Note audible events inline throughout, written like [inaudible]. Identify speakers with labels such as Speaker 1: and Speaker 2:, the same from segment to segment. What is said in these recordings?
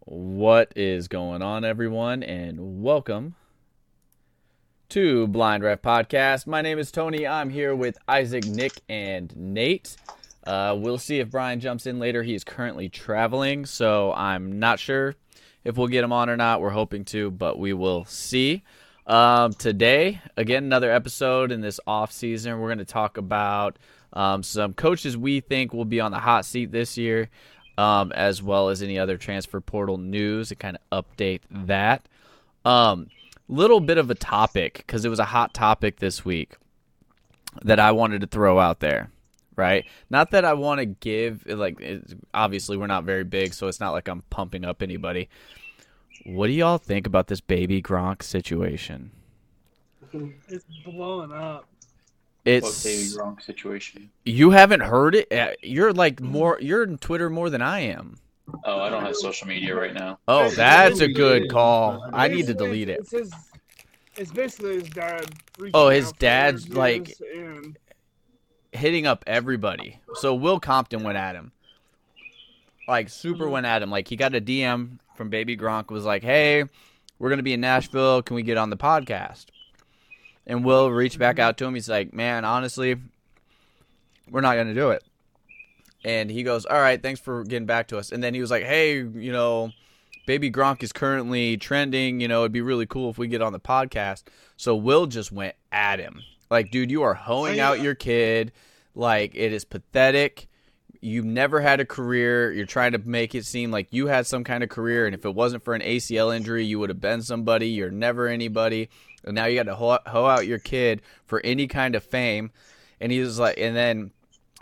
Speaker 1: What is going on, everyone, and welcome to Blind Ref Podcast. My name is Tony. I'm here with Isaac, Nick, and Nate. Uh, we'll see if Brian jumps in later. He is currently traveling, so I'm not sure if we'll get him on or not. We're hoping to, but we will see. Um, today, again, another episode in this off season. We're going to talk about um, some coaches we think will be on the hot seat this year, um, as well as any other transfer portal news and kind of update that. Um, little bit of a topic because it was a hot topic this week that I wanted to throw out there. Right? Not that I want to give like it, obviously we're not very big, so it's not like I'm pumping up anybody. What do y'all think about this baby Gronk situation?
Speaker 2: It's blowing up.
Speaker 1: It's
Speaker 3: David Gronk situation.
Speaker 1: you haven't heard it. Uh, You're like more. You're in Twitter more than I am.
Speaker 3: Oh, I don't have social media right now.
Speaker 1: Oh,
Speaker 2: It's
Speaker 1: that's a
Speaker 2: really
Speaker 1: good
Speaker 2: good.
Speaker 1: call. I need to
Speaker 2: Basically,
Speaker 1: delete it.
Speaker 2: It's, his, it's basically his dad. reaching
Speaker 1: Oh, his
Speaker 2: out for
Speaker 1: dad's,
Speaker 2: reviews
Speaker 1: like-
Speaker 2: and-
Speaker 1: hitting up everybody. So Will Compton went at him. Like super went at him. Like he got a DM from Baby Gronk was like, "Hey, we're going to be in Nashville. Can we get on the podcast?" And Will reached back out to him. He's like, "Man, honestly, we're not going to do it." And he goes, "All right, thanks for getting back to us." And then he was like, "Hey, you know, Baby Gronk is currently trending, you know, it'd be really cool if we get on the podcast." So Will just went at him. Like, dude, you are hoeing
Speaker 2: I-
Speaker 1: out your kid. Like, it is pathetic. You've never had a career. You're trying to make it seem like you had some kind of career, and if it wasn't for an ACL injury, you would have been somebody. You're never anybody, and now you got to hoe, hoe out your kid for any kind of fame. And he was like, and then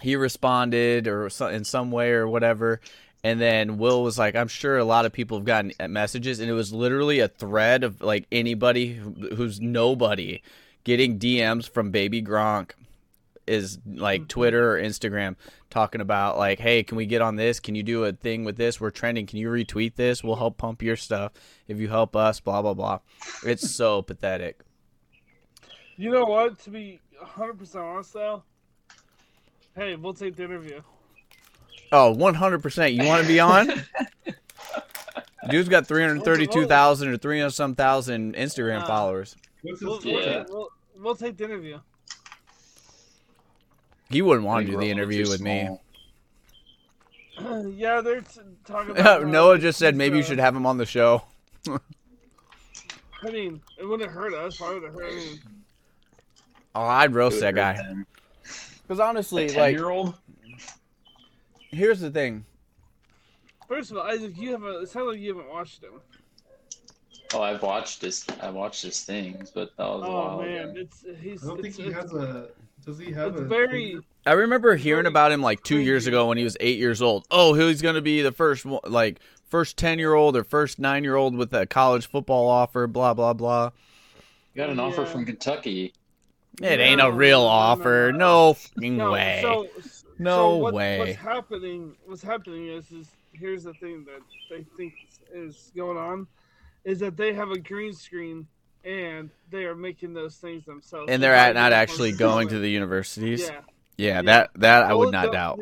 Speaker 1: he responded or so, in some way or whatever. And then Will was like, I'm sure a lot of people have gotten messages, and it was literally a thread of like anybody who- who's nobody getting DMs from Baby Gronk is like Twitter or Instagram talking about like, hey, can we get on this? Can you do a thing with this? We're trending. Can you retweet this? We'll help pump your stuff if you help us. Blah blah blah. It's so pathetic.
Speaker 2: You know what? To be 100% honest, though, hey, we'll take the interview.
Speaker 1: Oh, 100%. You want to be on? [laughs] Dude's got 332,000 or 300 some thousand Instagram
Speaker 2: Wow.
Speaker 1: followers.
Speaker 4: What's
Speaker 2: We'll,
Speaker 4: his
Speaker 2: we'll,
Speaker 3: Yeah.
Speaker 4: yeah.
Speaker 2: take, we'll, we'll take the interview. [clears throat]
Speaker 1: He wouldn't want to
Speaker 3: Big
Speaker 1: do the
Speaker 3: Gronk
Speaker 1: interview
Speaker 3: is
Speaker 1: with me.
Speaker 3: small.
Speaker 2: yeah, they're t-
Speaker 1: [laughs]
Speaker 2: talking
Speaker 1: [laughs]
Speaker 2: about. uh,
Speaker 1: Noah just said maybe you should have him on the show.
Speaker 2: I mean, it wouldn't hurt us. Why would it hurt? I mean,
Speaker 1: Oh, I'd roast that
Speaker 3: Good
Speaker 1: guy.
Speaker 3: for him.
Speaker 1: Because honestly,
Speaker 3: Ten
Speaker 1: like,
Speaker 3: year old.
Speaker 1: here's the thing.
Speaker 2: first of all, Isaac, you haven't. It sounds like you haven't watched him.
Speaker 3: Oh, I've watched this. I watched his things, but that was a
Speaker 2: Oh
Speaker 3: while
Speaker 2: man,
Speaker 3: ago.
Speaker 2: it's he's.
Speaker 4: I don't
Speaker 2: it's,
Speaker 4: think he
Speaker 2: it's-
Speaker 4: has a. Does he have
Speaker 2: It's
Speaker 4: a?
Speaker 2: very.
Speaker 1: I remember hearing about him like two years ago when he was eight years old. Oh, he's going to be the first, one- like, first 10 year old or first nine year old with a college football offer, blah, blah, blah.
Speaker 3: You got an offer
Speaker 2: Yeah.
Speaker 3: from Kentucky.
Speaker 1: It ain't a real
Speaker 2: No, no, no,
Speaker 1: offer.
Speaker 2: no.
Speaker 1: No fucking
Speaker 2: No,
Speaker 1: way.
Speaker 2: So,
Speaker 1: No
Speaker 2: so what-
Speaker 1: way.
Speaker 2: What's happening? What's happening is, is here's the thing that they think is going on, is that they have a green screen and they are making those things themselves.
Speaker 1: and they're at not actually going to the universities. Yeah,
Speaker 2: Yeah,
Speaker 1: that that I
Speaker 2: Well,
Speaker 1: would not
Speaker 2: the-
Speaker 1: doubt.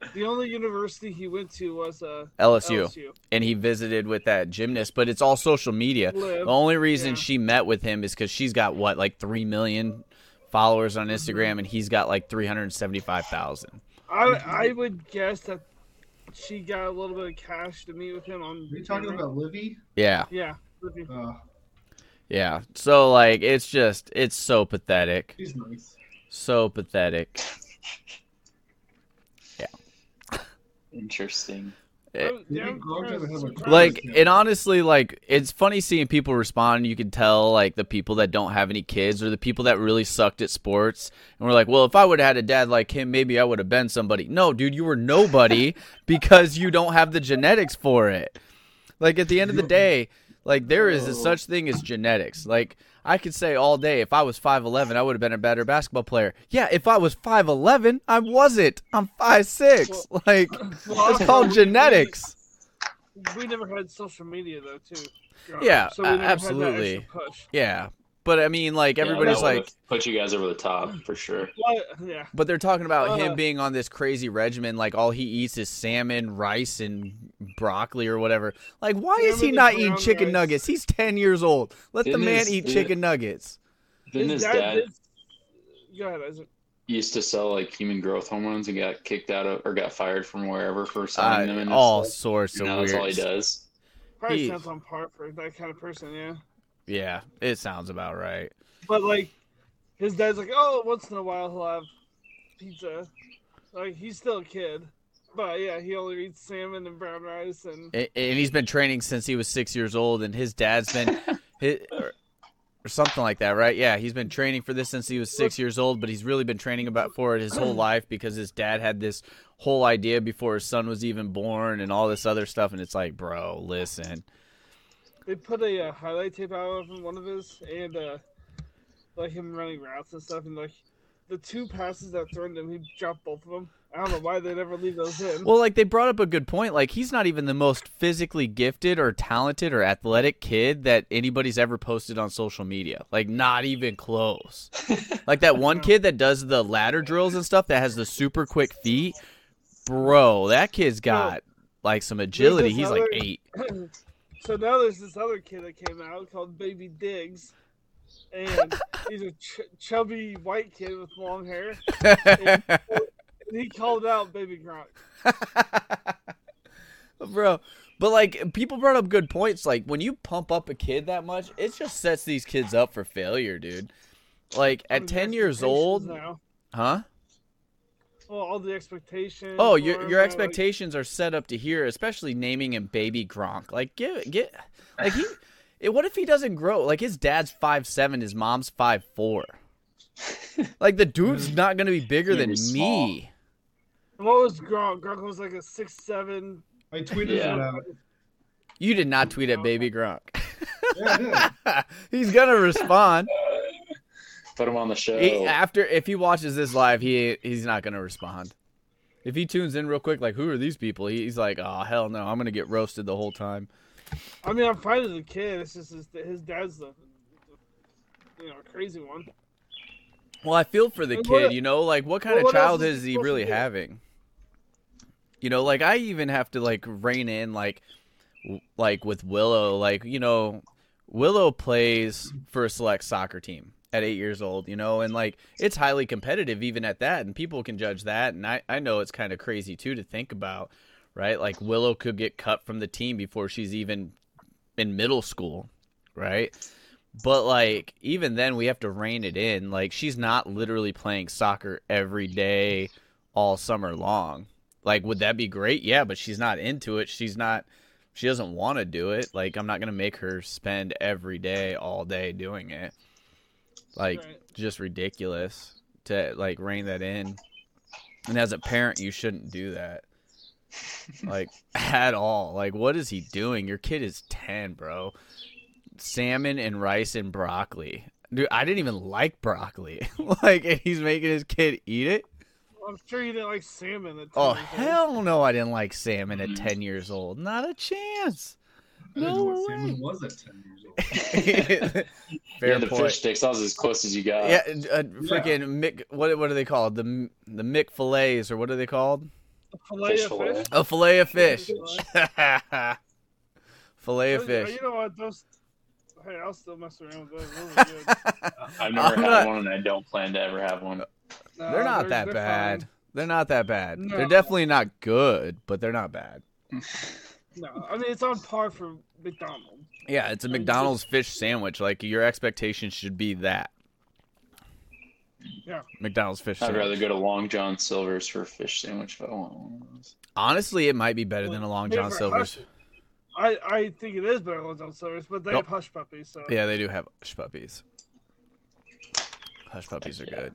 Speaker 2: The, the only university he went to was uh,
Speaker 1: LSU,
Speaker 2: LSU.
Speaker 1: and he visited with that gymnast, but it's all social media.
Speaker 2: Live.
Speaker 1: The only reason
Speaker 2: yeah.
Speaker 1: she met with him is because she's got what like three million followers
Speaker 2: Mm-hmm.
Speaker 1: on Instagram, and he's got like three hundred seventy-five thousand.
Speaker 2: I, I would guess that she got a little bit of cash to meet with him on.
Speaker 4: Are you talking about Livy?
Speaker 1: Yeah,
Speaker 2: Yeah.
Speaker 4: Uh,
Speaker 1: yeah. So like, it's just it's so pathetic,
Speaker 4: he's nice.
Speaker 1: so pathetic.
Speaker 3: Interesting.
Speaker 1: It-
Speaker 2: Yeah,
Speaker 4: Livy Grove doesn't have a
Speaker 2: surprised.
Speaker 4: Christmas
Speaker 1: Eh, like
Speaker 4: dinner.
Speaker 1: and honestly like it's funny seeing people respond you can tell like the people that don't have any kids or the people that really sucked at sports and we're like well if i would have had a dad like him maybe i would have been somebody no dude you were nobody [laughs] because you don't have the genetics for it like at the end of the day like there is a such thing as genetics like i could say all day if i was 5'11 i would have been a better basketball player yeah if i was 5'11 i wasn't i'm 5'6 like it's called genetics
Speaker 2: We never had social media though, too.
Speaker 1: Yeah, a-
Speaker 2: we never had that
Speaker 1: absolutely.
Speaker 2: extra push.
Speaker 1: Yeah, But I mean, like
Speaker 3: Yeah,
Speaker 1: everybody's
Speaker 3: that
Speaker 1: like,
Speaker 3: would've put you guys over the top for sure.
Speaker 2: But, yeah.
Speaker 1: but they're talking about
Speaker 2: Uh.
Speaker 1: him being on this crazy regimen, like all he eats is salmon, rice, and broccoli or whatever. Like, why is he
Speaker 2: Salmon and
Speaker 1: not eating
Speaker 2: brown
Speaker 1: chicken
Speaker 2: rice.
Speaker 1: nuggets? He's ten years old. Let the
Speaker 3: Didn't
Speaker 1: man
Speaker 3: his-
Speaker 1: eat
Speaker 3: didn't-
Speaker 1: chicken nuggets.
Speaker 3: Then his dad
Speaker 2: did- Go ahead, Isaac.
Speaker 3: used to sell like human growth hormones and got kicked out of or got fired from wherever for selling them.
Speaker 1: Uh,
Speaker 3: And
Speaker 1: all
Speaker 3: it's
Speaker 1: sorts
Speaker 3: like,
Speaker 1: of
Speaker 3: now
Speaker 1: weird.
Speaker 3: that's all he does.
Speaker 2: Probably
Speaker 1: He-
Speaker 2: sounds on par for that kind of person, yeah.
Speaker 1: Yeah, it sounds about right.
Speaker 2: But like, his dad's like, oh, once in a while he'll have pizza. Like he's still a kid, but yeah, he only eats salmon and brown rice and
Speaker 1: A- and he's been training since he was six years old, and his dad's been, his, or, or something like that, right? Yeah, he's been training for this since he was six years old, but he's really been training about for it his whole life because his dad had this whole idea before his son was even born and all this other stuff, and it's like, bro, listen,
Speaker 2: they put a uh, highlight tape out of him, one of his and uh, like him running routes and stuff and like the two passes that thrown to him, he dropped both of them. I don't know why they never leave those in.
Speaker 1: well, like they brought up a good point, like he's not even the most physically gifted or talented or athletic kid that anybody's ever posted on social media, like not even close. Like that one kid that does the ladder drills and stuff that has the super quick feet. Bro, that kid's got like some agility. He's like
Speaker 2: other-
Speaker 1: eight.
Speaker 2: so now there's this other kid that came out called Baby Diggs, and he's a ch- chubby white kid with long hair. And he called out Baby Gronk.
Speaker 1: Bro. But like people brought up good points. Like when you pump up a kid that much, it just sets these kids up for failure, dude. Like
Speaker 2: All
Speaker 1: at
Speaker 2: the
Speaker 1: ten years
Speaker 2: expectations
Speaker 1: old,
Speaker 2: now.
Speaker 1: huh?
Speaker 2: Well, all the expectations.
Speaker 1: Oh, your
Speaker 2: or,
Speaker 1: your
Speaker 2: uh,
Speaker 1: expectations are set up to here, especially naming him Baby Gronk. Like, get get like he. it- what if he doesn't grow? Like his dad's five seven, his mom's five four. Like the dude's not gonna be bigger
Speaker 3: He's
Speaker 1: than
Speaker 3: gonna be small.
Speaker 1: me.
Speaker 2: Like, what was Gronk? Gronk was like a six seven.
Speaker 4: I tweeted
Speaker 3: Yeah.
Speaker 2: [laughs]
Speaker 4: it out.
Speaker 1: You did not tweet at Baby Gronk. [laughs]
Speaker 4: Yeah, I did.
Speaker 1: He's gonna respond
Speaker 3: Put him on the show.
Speaker 1: He- after if he watches this live. He he's not gonna respond. If he tunes in real quick, like who are these people? He, he's like, oh hell no, I'm gonna get roasted the whole time.
Speaker 2: I mean, I'm proud of the kid. It's just his, his dad's the, you know crazy one.
Speaker 1: Well, I feel for the
Speaker 2: And what-
Speaker 1: kid, you know, like what kind
Speaker 2: well,
Speaker 1: of
Speaker 2: what else
Speaker 1: child
Speaker 2: is
Speaker 1: is
Speaker 2: he
Speaker 1: he
Speaker 2: supposed to
Speaker 1: really
Speaker 2: do?
Speaker 1: having? You know, like I even have to like rein in like w- like with Willow, like you know, Willow plays for a select soccer team at 8 years old, you know, and like it's highly competitive even at that and people can judge that and I I know it's kind of crazy too to think about, right? Like Willow could get cut from the team before she's even in middle school, right? But like even then we have to rein it in. Like she's not literally playing soccer every day all summer long. Like would that be great? Yeah, but she's not into it. She's not she doesn't want to do it. Like I'm not going to make her spend every day all day doing it. Like
Speaker 2: Right.
Speaker 1: just ridiculous to like rein that in. And as a parent, you shouldn't do that. Like [laughs] at all. Like what is he doing? Your kid is 10, bro salmon and rice and broccoli. Dude, I didn't even like broccoli. [laughs] like, and he's making his kid eat it.
Speaker 2: I'm sure you didn't like salmon. At
Speaker 1: Oh
Speaker 2: 10 years old.
Speaker 1: hell no! I didn't like salmon at ten years old. Not a chance.
Speaker 4: Mm-hmm. I didn't know what
Speaker 1: No way.
Speaker 4: Salmon was at 10 years old.
Speaker 1: [laughs]
Speaker 4: [laughs]
Speaker 1: Fair
Speaker 3: yeah, the
Speaker 1: point.
Speaker 3: fish sticks. That was as close as you got.
Speaker 1: Yeah, uh, freaking Mick. What what are they called? The M- the Mick fillets or what are they called?
Speaker 2: Fillet
Speaker 3: Fish
Speaker 2: of
Speaker 3: fillet.
Speaker 2: fish.
Speaker 1: A fillet of fish.
Speaker 2: Fillet of
Speaker 1: [laughs] fillet of
Speaker 2: Those-
Speaker 1: fish.
Speaker 2: You know what? Those. Hey, I'll still mess around with those. Those are good. uh,
Speaker 3: I've never
Speaker 1: I'm
Speaker 3: had
Speaker 1: not-
Speaker 3: one, and I don't plan to ever have one.
Speaker 2: No,
Speaker 1: [laughs] They're not that
Speaker 2: they're
Speaker 1: bad.
Speaker 2: fine.
Speaker 1: They're not that bad. They're
Speaker 2: No.
Speaker 1: definitely not good, but they're not bad.
Speaker 2: No, I mean it's on par for McDonald's.
Speaker 1: Yeah, it's a
Speaker 2: Like,
Speaker 1: McDonald's fish sandwich. Like your expectations should be that.
Speaker 2: Yeah.
Speaker 1: McDonald's fish
Speaker 3: I'd
Speaker 1: sandwich.
Speaker 3: rather go to Long John Silver's for a fish sandwich if I want one of those.
Speaker 1: Honestly, it might be better than a Long
Speaker 2: They
Speaker 1: John
Speaker 2: have
Speaker 1: Silver's.
Speaker 2: hush- I, I think it is better than Long John Silver's, but they
Speaker 1: Nope.
Speaker 2: have hush puppies, so
Speaker 1: Yeah, they do have hush puppies. Hush puppies are
Speaker 3: Yeah.
Speaker 1: good.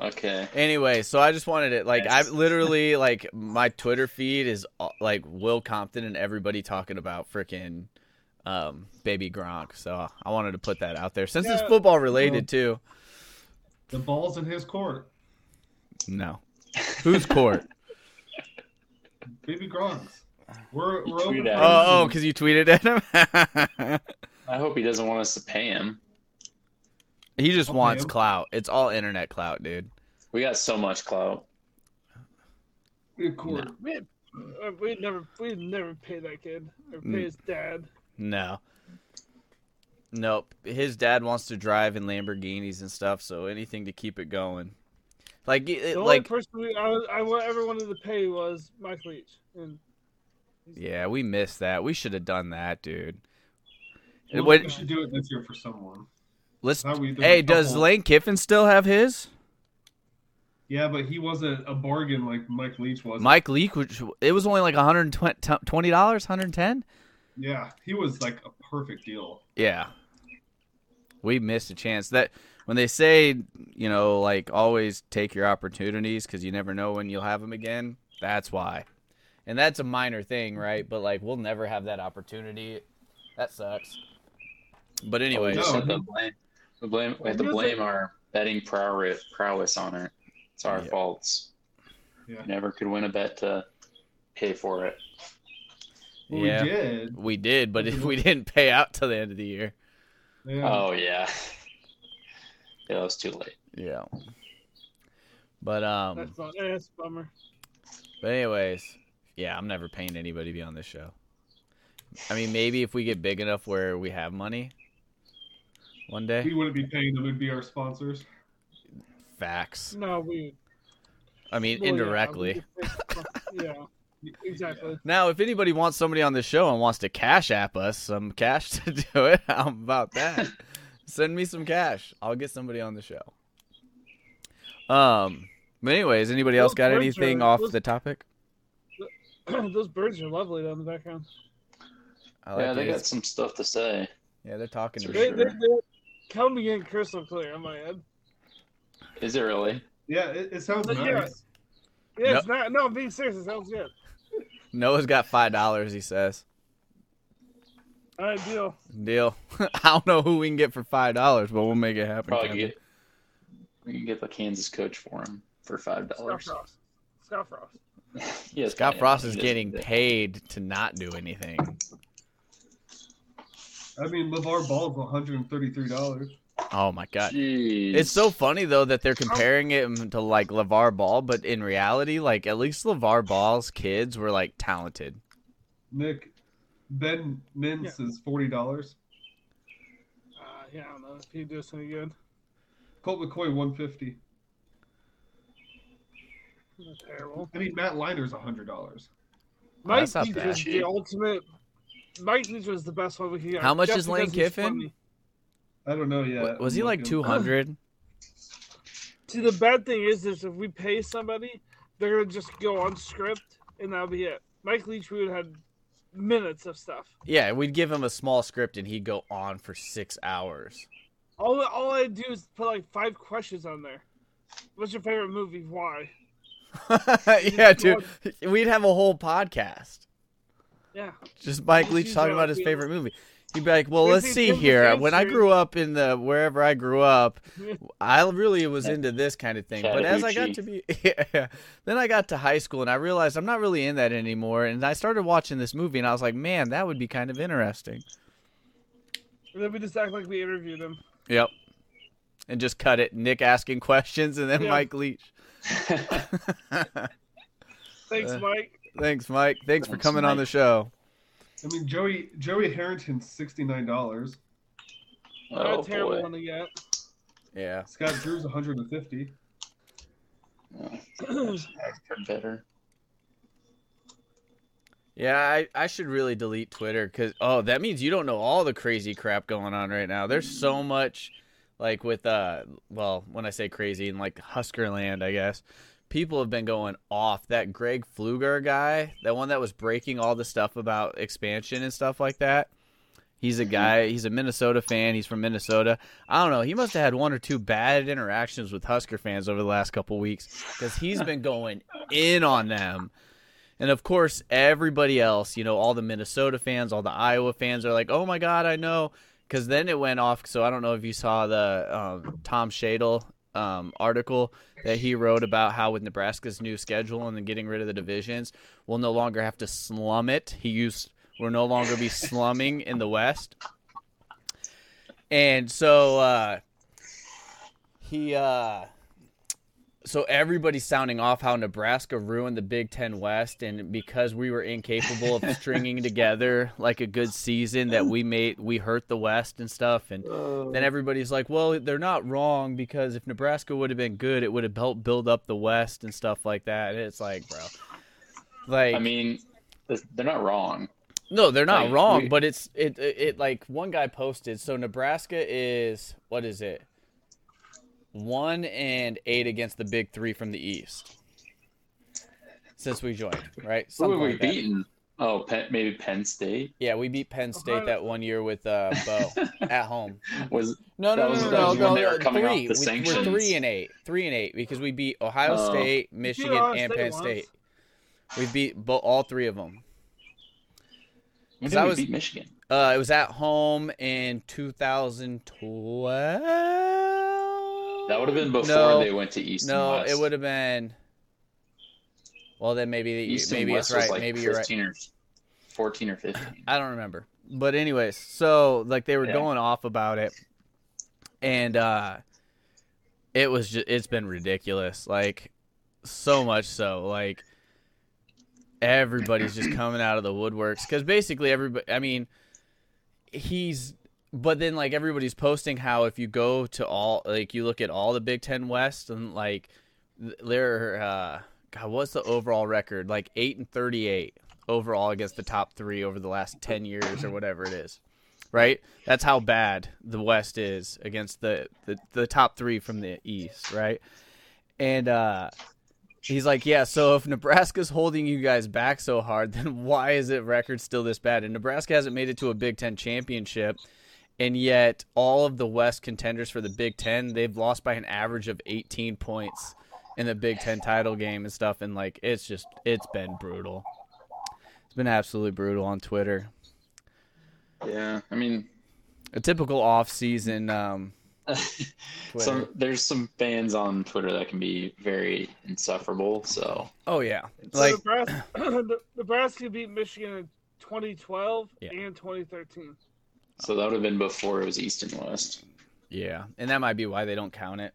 Speaker 3: Okay.
Speaker 1: Anyway, so I just wanted it like I [laughs]
Speaker 3: Yes.
Speaker 1: literally like my Twitter feed is uh, like Will Compton and everybody talking about freaking um baby Gronk. So I wanted to put that out there since it's
Speaker 2: Yeah.
Speaker 1: football related too.
Speaker 4: The ball's in his court.
Speaker 1: No. Who's [laughs] court?
Speaker 4: Baby Gronks. We're, we're open.
Speaker 3: tweeted at
Speaker 4: for-
Speaker 1: oh, oh, because you tweeted at him. [laughs]
Speaker 3: I hope he doesn't want us to pay him.
Speaker 1: He just
Speaker 4: Okay.
Speaker 1: wants clout. It's all internet clout, dude.
Speaker 3: We got so much clout.
Speaker 4: Good court.
Speaker 2: We had, uh, we'd never we'd never pay that kid or pay
Speaker 1: Mm.
Speaker 2: his dad.
Speaker 1: No. Nope. His dad wants to drive in Lamborghinis and stuff, so anything to keep it going. Like, it,
Speaker 2: The
Speaker 1: like,
Speaker 2: only person we, I, was- I wa- ever wanted to pay was Mike Leach, and
Speaker 1: yeah, we missed that. We should have done that, dude.
Speaker 4: Well,
Speaker 1: What-
Speaker 4: we should do it this year for someone.
Speaker 1: Let's.
Speaker 4: Now we- there's
Speaker 1: Hey,
Speaker 4: a
Speaker 1: does
Speaker 4: couple-
Speaker 1: Lane Kiffin still have his?
Speaker 4: Yeah, but he wasn't a bargain like Mike Leach was.
Speaker 1: Mike Leach, which it was only like one hundred twenty dollars, hundred ten.
Speaker 4: yeah, he was like a perfect deal.
Speaker 1: Yeah, we missed a chance. That when they say you know like always take your opportunities because you never know when you'll have them again. That's why, and that's a minor thing, right? But like we'll never have that opportunity. That sucks. But
Speaker 4: Oh,
Speaker 3: we
Speaker 1: anyways,
Speaker 3: just
Speaker 4: No,
Speaker 3: have to blame, we blame, we have to
Speaker 2: Music.
Speaker 3: blame our betting prowess, prowess on it. It's our
Speaker 1: Yeah.
Speaker 3: faults.
Speaker 4: Yeah.
Speaker 3: Never could win a bet to pay for it.
Speaker 4: Well,
Speaker 1: Yeah.
Speaker 4: We did.
Speaker 1: we did, but if [laughs] we didn't pay out till the end of the year,
Speaker 4: Yeah.
Speaker 3: Oh yeah, [laughs] yeah, that was too late.
Speaker 1: yeah. But um,
Speaker 2: that's not eh, that's a bummer.
Speaker 1: But anyways, yeah, I'm never paying anybody to be on this show. I mean, maybe if we get big enough where we have money one day.
Speaker 4: We wouldn't be paying them; it'd be our sponsors.
Speaker 1: Facts.
Speaker 2: No, we
Speaker 1: I mean,
Speaker 2: well, yeah,
Speaker 1: indirectly.
Speaker 2: we could-
Speaker 1: [laughs]
Speaker 2: yeah, exactly. [clears throat]
Speaker 1: Now, if anybody wants somebody on the show and wants to cash app us some cash [laughs] to do it, how about
Speaker 2: [laughs]
Speaker 1: that? Send me some cash. I'll get somebody on the show. Um. But anyways, anybody else
Speaker 2: Those
Speaker 1: got
Speaker 2: birds
Speaker 1: anything
Speaker 2: are-
Speaker 1: off
Speaker 2: those-
Speaker 1: the topic?
Speaker 2: Those birds are lovely down the background.
Speaker 1: I like
Speaker 3: yeah, they
Speaker 1: it.
Speaker 3: got some stuff to say.
Speaker 1: yeah, they're talking to
Speaker 3: For
Speaker 1: me.
Speaker 2: They, they,
Speaker 3: sure.
Speaker 2: they come in crystal clear on my head.
Speaker 3: Is it really?
Speaker 4: Yeah, it, it sounds
Speaker 2: But yeah.
Speaker 4: nice.
Speaker 2: Yeah, it's not. No, I'm being serious. It sounds good.
Speaker 1: Noah's got five dollars. He says.
Speaker 2: All right, deal.
Speaker 1: Deal. [laughs] I don't know who we can get for five dollars, but we'll make it happen.
Speaker 3: Probably
Speaker 1: Kevin.
Speaker 3: get. We can get the Kansas coach for him for five
Speaker 2: Scott
Speaker 3: dollars.
Speaker 2: Frost. Scott Frost.
Speaker 3: Yeah,
Speaker 1: Scott Frost is getting paid to not do anything.
Speaker 4: I mean, Levar Ball's one hundred and thirty-three dollars.
Speaker 1: Oh my god.
Speaker 3: Jeez.
Speaker 1: It's
Speaker 3: [laughs]
Speaker 1: so funny though that
Speaker 4: Oh.
Speaker 1: they're comparing him to like LeVar Ball, but in reality, like at least LeVar Ball's kids were like talented.
Speaker 4: Nick, Ben Mintz is forty dollars.
Speaker 2: Uh, yeah, I don't know if he do us any good.
Speaker 4: Colt McCoy one fifty.
Speaker 2: That's terrible.
Speaker 4: I mean, Matt Liner's hundred dollars.
Speaker 2: Mike
Speaker 1: that's not
Speaker 2: Leach
Speaker 1: bad.
Speaker 2: is the ultimate. Mike Leach was the best one we could get.
Speaker 1: How much
Speaker 2: Just
Speaker 1: is Lane
Speaker 2: because he's
Speaker 1: Kiffin?
Speaker 2: funny.
Speaker 4: I don't know yet.
Speaker 1: was he
Speaker 4: I'm
Speaker 1: like
Speaker 4: looking.
Speaker 1: two
Speaker 4: [gasps]
Speaker 1: hundred?
Speaker 2: See, the bad thing is, is if we pay somebody, they're gonna just go on script, and that'll be it. Mike Leach, we would have had minutes of stuff.
Speaker 1: Yeah, we'd give him a small script and he'd go on for six hours. [laughs]
Speaker 2: All all I do is put like five questions on there. What's your favorite movie? Why?
Speaker 1: yeah, dude. We'd have a whole podcast.
Speaker 2: Yeah.
Speaker 1: Just Mike
Speaker 2: Just
Speaker 1: Leach
Speaker 2: use
Speaker 1: talking
Speaker 2: our
Speaker 1: about his
Speaker 2: appeal.
Speaker 1: favorite movie. He'd be like, "Well,
Speaker 2: If
Speaker 1: let's
Speaker 2: he
Speaker 1: see
Speaker 2: didn't
Speaker 1: here. When I
Speaker 2: answer-
Speaker 1: grew up in the wherever I grew up, I really was into this kind of thing. But as I got
Speaker 3: Chattahoochee.
Speaker 1: to be, [laughs] yeah, then I got to high school and I realized I'm not really in that anymore. And I started watching this movie and I was like, man, that would be kind of interesting.
Speaker 2: And then we just act like we interviewed him.
Speaker 1: Yep. And just cut it. Nick asking [laughs] questions and then
Speaker 2: Yeah.
Speaker 1: Mike Leach. [laughs]
Speaker 2: Thanks,
Speaker 1: Uh,
Speaker 2: Mike.
Speaker 1: Thanks, Mike. Thanks for
Speaker 3: Thanks,
Speaker 1: coming on
Speaker 3: Mike.
Speaker 1: the show.
Speaker 4: I mean, Joey Joey Harrington's sixty-nine dollars.
Speaker 2: Not
Speaker 3: oh
Speaker 2: a terrible
Speaker 3: boy.
Speaker 2: one to get. [clears throat]
Speaker 1: Yeah.
Speaker 4: Scott Drew's one hundred and fifty.
Speaker 3: Yeah, that's better.
Speaker 1: Yeah, I, I should really delete Twitter because oh, that means you don't know all the crazy crap going on right now. There's so much, like with uh, well, when I say crazy in like Huskerland, I guess people have been going off. That Greg Fluger guy, that one that was breaking all the stuff about expansion and stuff like that. He's a guy. He's a Minnesota fan. He's from Minnesota. I don't know. He must have had one or two bad interactions with Husker fans over the last couple weeks because he's been going in on them. And of course, everybody else, you know, all the Minnesota fans, all the Iowa fans are like, "Oh my God, I know," because then it went off. So I don't know if you saw the um, Tom Shadle um, article that he wrote about how with Nebraska's new schedule and then getting rid of the divisions, we'll no longer have to slum it. He used we'll no longer be slumming in the West. And so uh, he uh so everybody's sounding off how Nebraska ruined the Big Ten West, and because we were incapable of stringing together like a good season, that we made we hurt the West and stuff. And then everybody's like, "Well, they're not wrong because if Nebraska would have been good, it would have helped build up the West and stuff like that." And it's like, bro, like
Speaker 3: I mean, they're not wrong.
Speaker 1: no, they're not
Speaker 3: like,
Speaker 1: wrong,
Speaker 3: we-
Speaker 1: but it's it, it it like one guy posted. So Nebraska is what is it? One and eight against the Big Three from the East since we joined, right?
Speaker 3: Who have
Speaker 1: Something
Speaker 3: we
Speaker 1: like that.
Speaker 3: beaten? Oh, Penn, maybe Penn State
Speaker 1: Yeah, we beat Penn State
Speaker 2: Ohio-
Speaker 1: that one year with uh, Bo at home.
Speaker 3: [laughs] was.
Speaker 1: No,
Speaker 3: That
Speaker 1: no,
Speaker 3: was-
Speaker 1: no,
Speaker 3: that
Speaker 1: no,
Speaker 3: was
Speaker 1: no,
Speaker 3: when they
Speaker 1: no,
Speaker 3: were coming off
Speaker 1: three.
Speaker 3: the
Speaker 1: we, we're
Speaker 3: sanctions.
Speaker 1: three and eight, three and eight because we beat Ohio
Speaker 3: Oh.
Speaker 1: State, Michigan,
Speaker 2: Ohio
Speaker 1: and
Speaker 2: State
Speaker 1: Penn
Speaker 2: once.
Speaker 1: State. We beat bo- all three of them. 'Cause
Speaker 3: When did
Speaker 1: I
Speaker 3: we
Speaker 1: was-
Speaker 3: beat Michigan?
Speaker 1: Uh, it was at home in 2012.
Speaker 3: That would have been before
Speaker 1: no,
Speaker 3: they went to East.
Speaker 1: No,
Speaker 3: and West.
Speaker 1: it would have been. Well, then maybe
Speaker 3: East and
Speaker 1: maybe
Speaker 3: West
Speaker 1: it's right.
Speaker 3: Was like
Speaker 1: maybe
Speaker 3: 15
Speaker 1: you're right.
Speaker 3: or fourteen or fifteen.
Speaker 1: I don't remember. But anyways, so like they were
Speaker 3: Yeah.
Speaker 1: going off about it, and uh it was just it's been ridiculous. Like so much so like everybody's just coming out of the woodworks because basically everybody. I mean, he's. But then, like everybody's posting, how if you go to all, like you look at all the Big Ten West, and like th- they're, uh, God, what's the overall record? Like eight and thirty-eight overall against the top three over the last 10 years or whatever it is right that's how bad the west is against the the, the top three from the east right and uh he's like yeah so if nebraska's holding you guys back so hard then why is it record still this bad and nebraska hasn't made it to a big ten championship and yet all of the west contenders for the big ten they've lost by an average of 18 points in the big ten title game and stuff and like it's just it's been brutal it's been absolutely brutal on Twitter.
Speaker 3: Yeah, I mean,
Speaker 1: A typical off-season.
Speaker 3: [laughs]
Speaker 1: Um, Twitter.
Speaker 3: some there's some fans on Twitter that can be very insufferable. So
Speaker 1: oh yeah,
Speaker 3: it's
Speaker 1: like
Speaker 2: Nebraska, [clears throat] Nebraska beat Michigan in 2012
Speaker 1: Yeah.
Speaker 2: and 2013.
Speaker 3: so that would have been before it was East and West.
Speaker 1: yeah, and that might be why they don't count it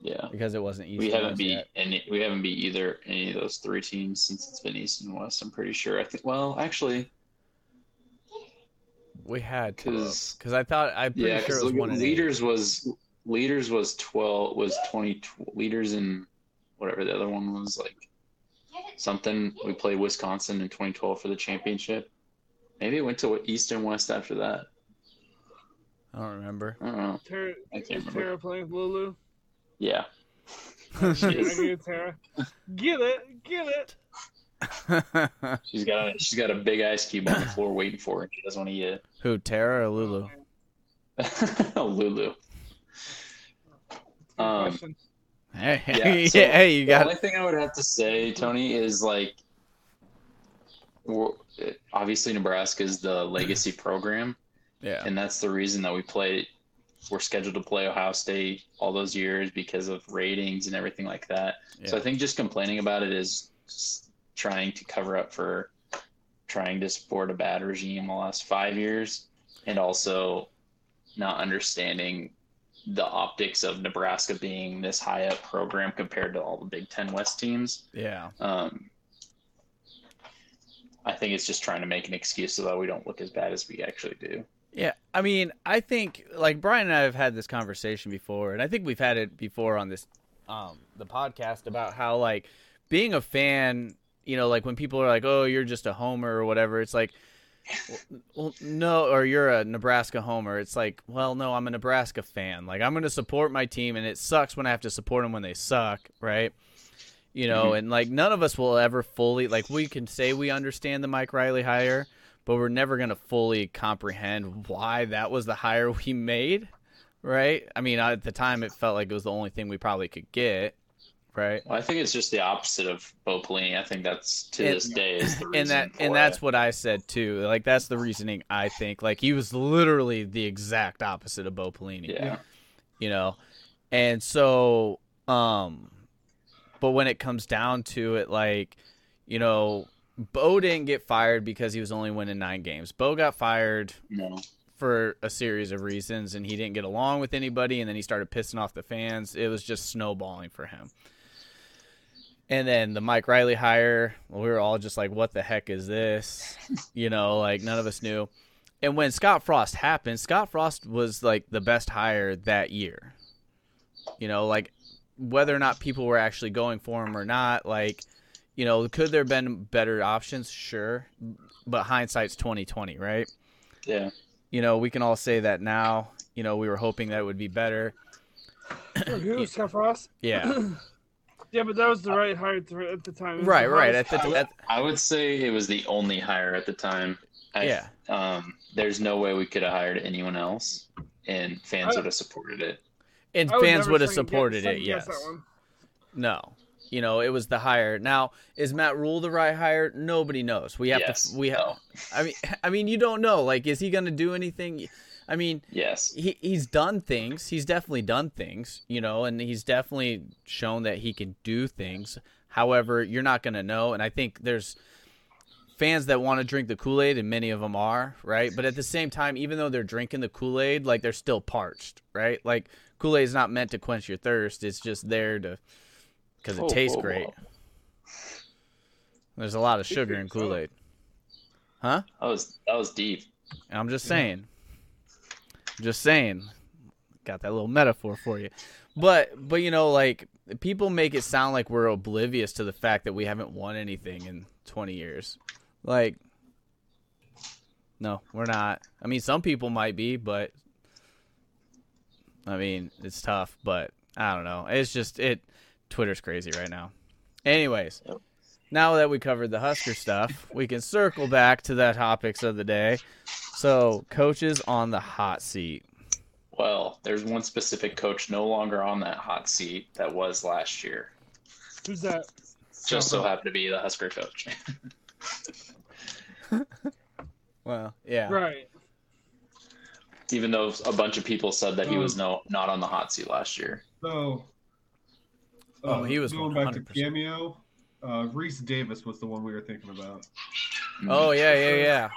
Speaker 3: Yeah,
Speaker 1: because it wasn't easy.
Speaker 3: we haven't beat
Speaker 1: yet.
Speaker 3: any. We haven't beat either any of those three teams since it's been East and West. I'm pretty sure. I think. Well, actually,
Speaker 1: We had because
Speaker 3: 'Cause-
Speaker 1: I thought I'm pretty
Speaker 3: yeah,
Speaker 1: sure
Speaker 3: because
Speaker 1: it was one and eight.
Speaker 3: leaders was leaders was twelve was twenty leaders in whatever the other one was like something. We played Wisconsin in 2012 for the championship. Maybe it went to East and West after that.
Speaker 1: I don't
Speaker 3: [laughs]
Speaker 1: remember.
Speaker 3: I don't know.
Speaker 2: Tara,
Speaker 3: I
Speaker 2: is
Speaker 3: can't remember.
Speaker 2: Tara playing Lulu?
Speaker 3: [laughs] Yeah. Oh,
Speaker 2: Yeah, I
Speaker 3: She's,
Speaker 2: get Tara. Get it, get it.
Speaker 3: she's got a, she's got a big ice cube on the floor waiting for her. and She doesn't want to eat
Speaker 1: [laughs] Who Tara or Lulu?
Speaker 3: it. [laughs] Lulu.
Speaker 2: Good
Speaker 3: Um,
Speaker 2: question.
Speaker 3: [clears throat]
Speaker 1: [laughs] Hey,
Speaker 3: Yeah,
Speaker 1: yeah,
Speaker 3: so
Speaker 1: hey, you
Speaker 3: the
Speaker 1: got
Speaker 3: only thing I would have to say, Tony, is like, we're, obviously Nebraska is the
Speaker 1: [clears throat]
Speaker 3: legacy program,
Speaker 1: yeah,
Speaker 3: and that's the reason that we play. We're scheduled to play Ohio State all those years because of ratings and everything like that. So I
Speaker 1: yeah,
Speaker 3: think just complaining about it is just trying to cover up for trying to support a bad regime the last five years, and also not understanding the optics of Nebraska being this high up program compared to all the Big Ten West teams.
Speaker 1: yeah.
Speaker 3: Um, I think it's just trying to make an excuse so that we don't look as bad as we actually do.
Speaker 1: Yeah, I mean, I think like Brian and I have had this conversation before, and I think we've had it before on this um the podcast about how like being a fan, you know, like when people are like, "Oh, you're just a homer" or whatever, it's like well, well, no, or you're a Nebraska homer. It's like, well, no, I'm a Nebraska fan. Like I'm going to support my team and it sucks when I have to support them when they suck, right? You know, and like none of us will ever fully like we can say we understand the Mike Riley hire, but we're never going to fully comprehend why that was the hire we made, right? I mean, at the time, it felt like it was the only thing we probably could get, right?
Speaker 3: Well, I think it's just the opposite of Bo Pelini. I think that's to
Speaker 1: And-
Speaker 3: this day
Speaker 1: [laughs]
Speaker 3: is the reason
Speaker 1: And that and
Speaker 3: for
Speaker 1: that's
Speaker 3: it.
Speaker 1: what I said too. Like that's the reasoning I think. Like he was literally the exact opposite of Bo Pelini.
Speaker 3: yeah.
Speaker 1: you know and so um but when it comes down to it like you know bo didn't get fired because he was only winning nine games bo got fired
Speaker 3: No.
Speaker 1: for a series of reasons, and he didn't get along with anybody, and then he started pissing off the fans. It was just snowballing for him. And then the Mike Riley hire, we were all just like, what the heck is this? You know, like none of us knew. And when Scott Frost happened, Scott Frost was like the best hire that year. You know, like whether or not people were actually going for him or not, like, you know, could there have been better options? Sure. But hindsight's 2020, right?
Speaker 3: Yeah.
Speaker 1: You know, we can all say that now. You know, we were hoping that it would be better.
Speaker 2: Who
Speaker 1: Yeah.
Speaker 2: Scott Frost? [clears throat]
Speaker 1: Yeah.
Speaker 2: Yeah, but that was
Speaker 3: Uh,
Speaker 2: the right hire th- at the time. It was
Speaker 1: right,
Speaker 2: the
Speaker 1: right. At
Speaker 2: hottest-
Speaker 1: the, at,
Speaker 3: I would say it was the only hire at the time. I,
Speaker 1: Yeah.
Speaker 3: Um, there's no way we could have hired anyone else, and fans
Speaker 2: I-
Speaker 3: would have supported it.
Speaker 1: and
Speaker 2: I would
Speaker 1: fans
Speaker 2: never
Speaker 1: would have
Speaker 2: second guess-
Speaker 1: supported it,
Speaker 2: second
Speaker 1: yes.
Speaker 2: guess that one.
Speaker 1: No. You know, it was the hire. Now, is Matt Rule the right hire? Nobody knows. We have
Speaker 3: yes.
Speaker 1: to we have
Speaker 3: No.
Speaker 1: I mean [laughs] I mean you don't know. Like is he going to do anything? I mean,
Speaker 3: Yes.
Speaker 1: he he's done things. He's definitely done things, you know, and he's definitely shown that he can do things. However, you're not going to know, and I think there's fans that want to drink the Kool-Aid and many of them are, right? But at the same time, even though they're drinking the Kool-Aid, like they're still parched, right? Like Kool-Aid is not meant to quench your thirst. It's just there to cuz it
Speaker 3: Whoa,
Speaker 1: tastes
Speaker 3: whoa,
Speaker 1: great.
Speaker 3: whoa.
Speaker 1: There's a lot of sugar in
Speaker 2: Secret sauce.
Speaker 1: Kool-Aid. Huh?
Speaker 3: That was that was deep.
Speaker 1: And I'm just saying. Just saying. Got that little metaphor for you. But but you know, like people make it sound like we're oblivious to the fact that we haven't won anything in twenty years. Like no, we're not. I mean some people might be, but I mean, it's tough, but I don't know. It's just it Twitter's crazy right now. Anyways,
Speaker 3: Yep.
Speaker 1: now that we covered the Husker stuff, we can circle back to the topics of the day. So, coaches on the hot seat.
Speaker 3: Well, there's one specific coach no longer on that hot seat that was last year.
Speaker 2: Who's that?
Speaker 3: Just so happened to be the Husker coach. [laughs]
Speaker 1: Well, yeah.
Speaker 2: Right.
Speaker 3: Even though a bunch of people said that he was no not on the hot seat last year.
Speaker 4: So,
Speaker 1: Oh, he was
Speaker 4: uh, going back to
Speaker 1: 100%.
Speaker 4: cameo. Uh, Reese Davis was the one we were thinking about.
Speaker 3: Hmm.
Speaker 1: Oh, yeah, yeah, yeah.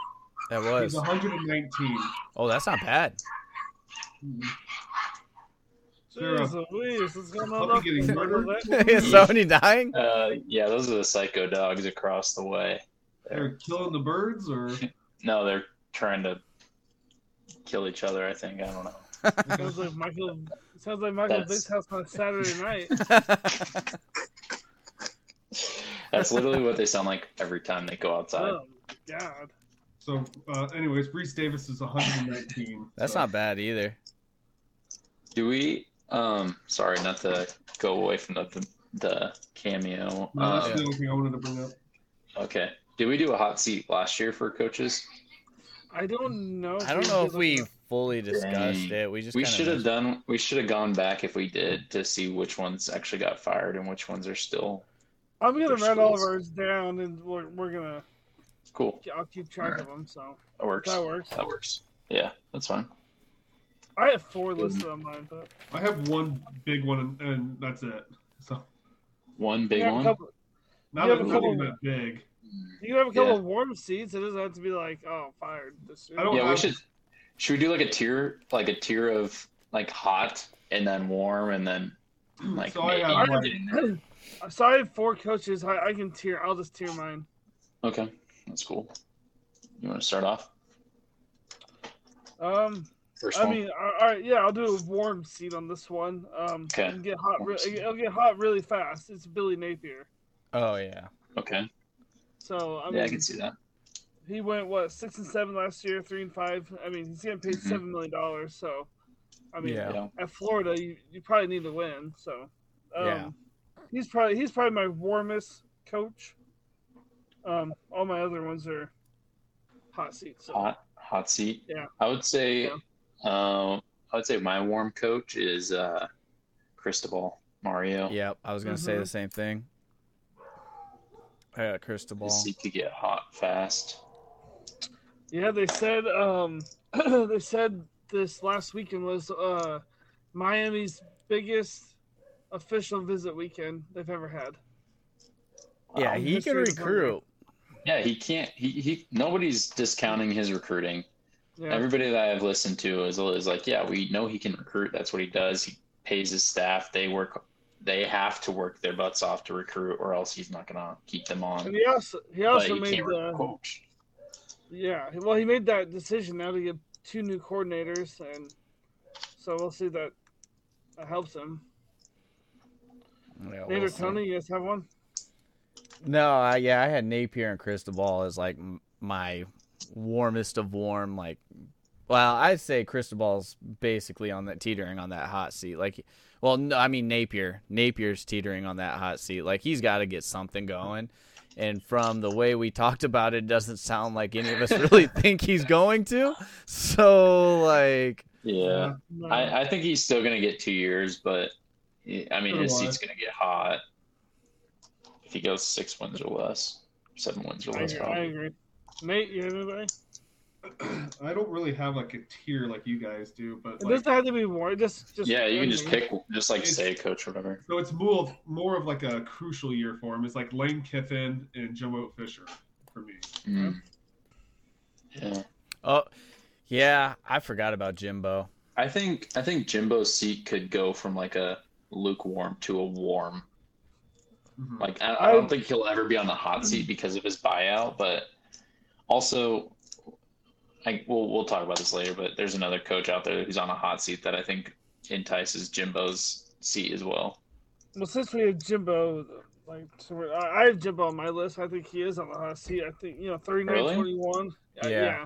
Speaker 1: That
Speaker 4: He's
Speaker 1: was.
Speaker 4: 119.
Speaker 1: Oh, that's not bad.
Speaker 4: Sure.
Speaker 2: Jeez Louise, what's going on?
Speaker 4: Puppy
Speaker 2: up
Speaker 4: getting
Speaker 2: there?
Speaker 4: murdered?
Speaker 1: [laughs] Is Sony dying?
Speaker 3: Uh, yeah, those are the psycho dogs across the way.
Speaker 4: They're killing the
Speaker 1: [laughs]
Speaker 4: birds, or
Speaker 3: No, they're trying to kill each other. I think I don't know.
Speaker 2: Sounds like Michael. Sounds like Michael
Speaker 3: That's-
Speaker 2: Vick's house on Saturday
Speaker 1: [laughs]
Speaker 2: night.
Speaker 3: [laughs] That's literally what they sound like every time they go outside.
Speaker 2: Oh God.
Speaker 4: so. Uh, anyways, Reese Davis is 119.
Speaker 1: [laughs] [laughs] that's
Speaker 4: so.
Speaker 1: not bad either.
Speaker 3: Do we? Um, sorry, not to go away from the the, the cameo.
Speaker 4: No, that's
Speaker 3: Um,
Speaker 4: the only thing I wanted to bring up.
Speaker 3: Okay. Did we do a hot seat last year for coaches?
Speaker 2: I don't know.
Speaker 1: I don't know if we fully discussed
Speaker 3: Dang.
Speaker 1: it. We just
Speaker 3: we
Speaker 1: kinda
Speaker 3: should have
Speaker 1: missed-
Speaker 3: done. We should have gone back if we did to see which ones actually got fired and which ones are still
Speaker 2: I'm gonna
Speaker 3: for
Speaker 2: write all of
Speaker 3: schools.
Speaker 2: ours down, and we're, we're gonna.
Speaker 3: cool.
Speaker 2: I'll keep track of them. So
Speaker 3: That works.
Speaker 2: that works.
Speaker 3: That works. Yeah, that's fine.
Speaker 2: I have four listed on mine, but
Speaker 4: I have one big one, and, and that's it. So
Speaker 3: One big
Speaker 2: you have
Speaker 3: one.
Speaker 2: a couple.
Speaker 4: not
Speaker 2: You
Speaker 4: yeah,
Speaker 2: have a couple-
Speaker 4: that big.
Speaker 2: You can have a couple
Speaker 3: Yeah.
Speaker 2: of warm seats. It doesn't have to be like, oh, fired. This
Speaker 4: I don't-
Speaker 3: Yeah,
Speaker 4: Um,
Speaker 2: [coughs]
Speaker 3: we should. Should we do like a tier, like a tier of like hot and then warm and then like
Speaker 4: so
Speaker 3: maybe
Speaker 4: I have like,
Speaker 3: getting there?
Speaker 2: I'm sorry, I have four coaches. I, I can tier. I'll just tier mine.
Speaker 3: Okay, that's cool. You want to start off?
Speaker 2: Um,
Speaker 3: First
Speaker 2: I
Speaker 3: one.
Speaker 2: mean, all all right, yeah, I'll do a warm seat on this one. Um,
Speaker 3: Okay.
Speaker 2: it'll get hot.
Speaker 3: Warm
Speaker 2: Re-
Speaker 3: seat.
Speaker 2: it'll get hot really fast. It's Billy Napier.
Speaker 1: Oh, yeah.
Speaker 3: okay.
Speaker 2: So I
Speaker 3: yeah, I
Speaker 2: mean,
Speaker 3: can see that.
Speaker 2: he went what six and seven last year, three and five. I mean, he's getting paid
Speaker 3: Mhm.
Speaker 2: seven million dollars. So, I mean,
Speaker 1: Yeah.
Speaker 3: Yeah.
Speaker 2: at Florida, you, you probably need to win. So, um,
Speaker 1: Yeah.
Speaker 2: he's probably he's probably my warmest coach. Um, all my other ones are hot seats. So.
Speaker 3: Hot, hot seat.
Speaker 2: Yeah.
Speaker 3: I would say,
Speaker 2: Yeah.
Speaker 3: um, I would say my warm coach is uh, Cristobal Mario.
Speaker 1: Yep. I was going to say
Speaker 2: Mhm.
Speaker 1: the same thing. I got Crystal Ball.
Speaker 3: Because He could get hot fast.
Speaker 2: Yeah, they said um [clears throat] they said this last weekend was uh Miami's biggest official visit weekend they've ever had.
Speaker 1: Yeah,
Speaker 3: Wow.
Speaker 1: he
Speaker 2: Mr.
Speaker 1: can
Speaker 2: Designer.
Speaker 1: recruit.
Speaker 3: Yeah, he can't. He, he nobody's discounting his recruiting.
Speaker 2: Yeah.
Speaker 3: Everybody that I've listened to is, is like, yeah, we know he can recruit. That's what he does. He pays his staff. They work. They have to work their butts off to recruit, or else he's not gonna keep them
Speaker 2: and
Speaker 3: on.
Speaker 2: he also he
Speaker 3: But
Speaker 2: also
Speaker 3: you
Speaker 2: made
Speaker 3: can't
Speaker 2: the
Speaker 3: coach.
Speaker 2: yeah. Well, he made that decision now to get two new coordinators, and so we'll see that that helps him.
Speaker 1: Yeah,
Speaker 2: Nate
Speaker 1: we'll
Speaker 2: or
Speaker 1: see.
Speaker 2: Tony, you guys have one?
Speaker 1: No, I, yeah, I had Napier and Cristobal as like m- my warmest of warm. Like, well, I'd say Cristobal's basically on that teetering on that hot seat. Like, well, no, I mean Napier. Napier's teetering on that hot seat. Like, he's got to get something going. And from the way we talked about it, it doesn't sound like any of us really think he's going to. So, like,
Speaker 3: Yeah,
Speaker 2: No.
Speaker 3: I, I think he's still gonna get two years, but he- I mean
Speaker 4: So
Speaker 3: his
Speaker 4: do I.
Speaker 3: seat's gonna get hot if he goes six wins or less, seven wins or
Speaker 2: I,
Speaker 3: less.
Speaker 2: agree- I
Speaker 3: probably.
Speaker 2: agree. Nate, you have anybody?
Speaker 4: uh, [clears throat] I don't really have like a tier like you guys do, but
Speaker 2: It
Speaker 4: like,
Speaker 2: doesn't have to be more. Just, just
Speaker 3: Yeah, you can just
Speaker 2: randomly.
Speaker 3: pick, just like
Speaker 4: It's-
Speaker 3: say coach or whatever.
Speaker 4: so it's more of, more of like a crucial year for him. It's like Lane Kiffin and Jumbo Fisher for me.
Speaker 3: Mm. Yeah.
Speaker 1: oh, yeah, I forgot about Jimbo.
Speaker 3: I think I think Jimbo's seat could go from like a lukewarm to a warm.
Speaker 4: Mhm.
Speaker 3: Like I, I don't
Speaker 2: I-
Speaker 3: think he'll ever be on the hot seat because of his buyout, but also, I we'll we'll talk about this later. But there's another coach out there who's on a hot seat that I think entices Jimbo's seat as well.
Speaker 2: Well, since we have Jimbo, like so we're- I I have Jimbo on my list. I think he is on the hot seat. I think you know thirty nine
Speaker 3: Really?
Speaker 2: twenty one.
Speaker 1: Yeah.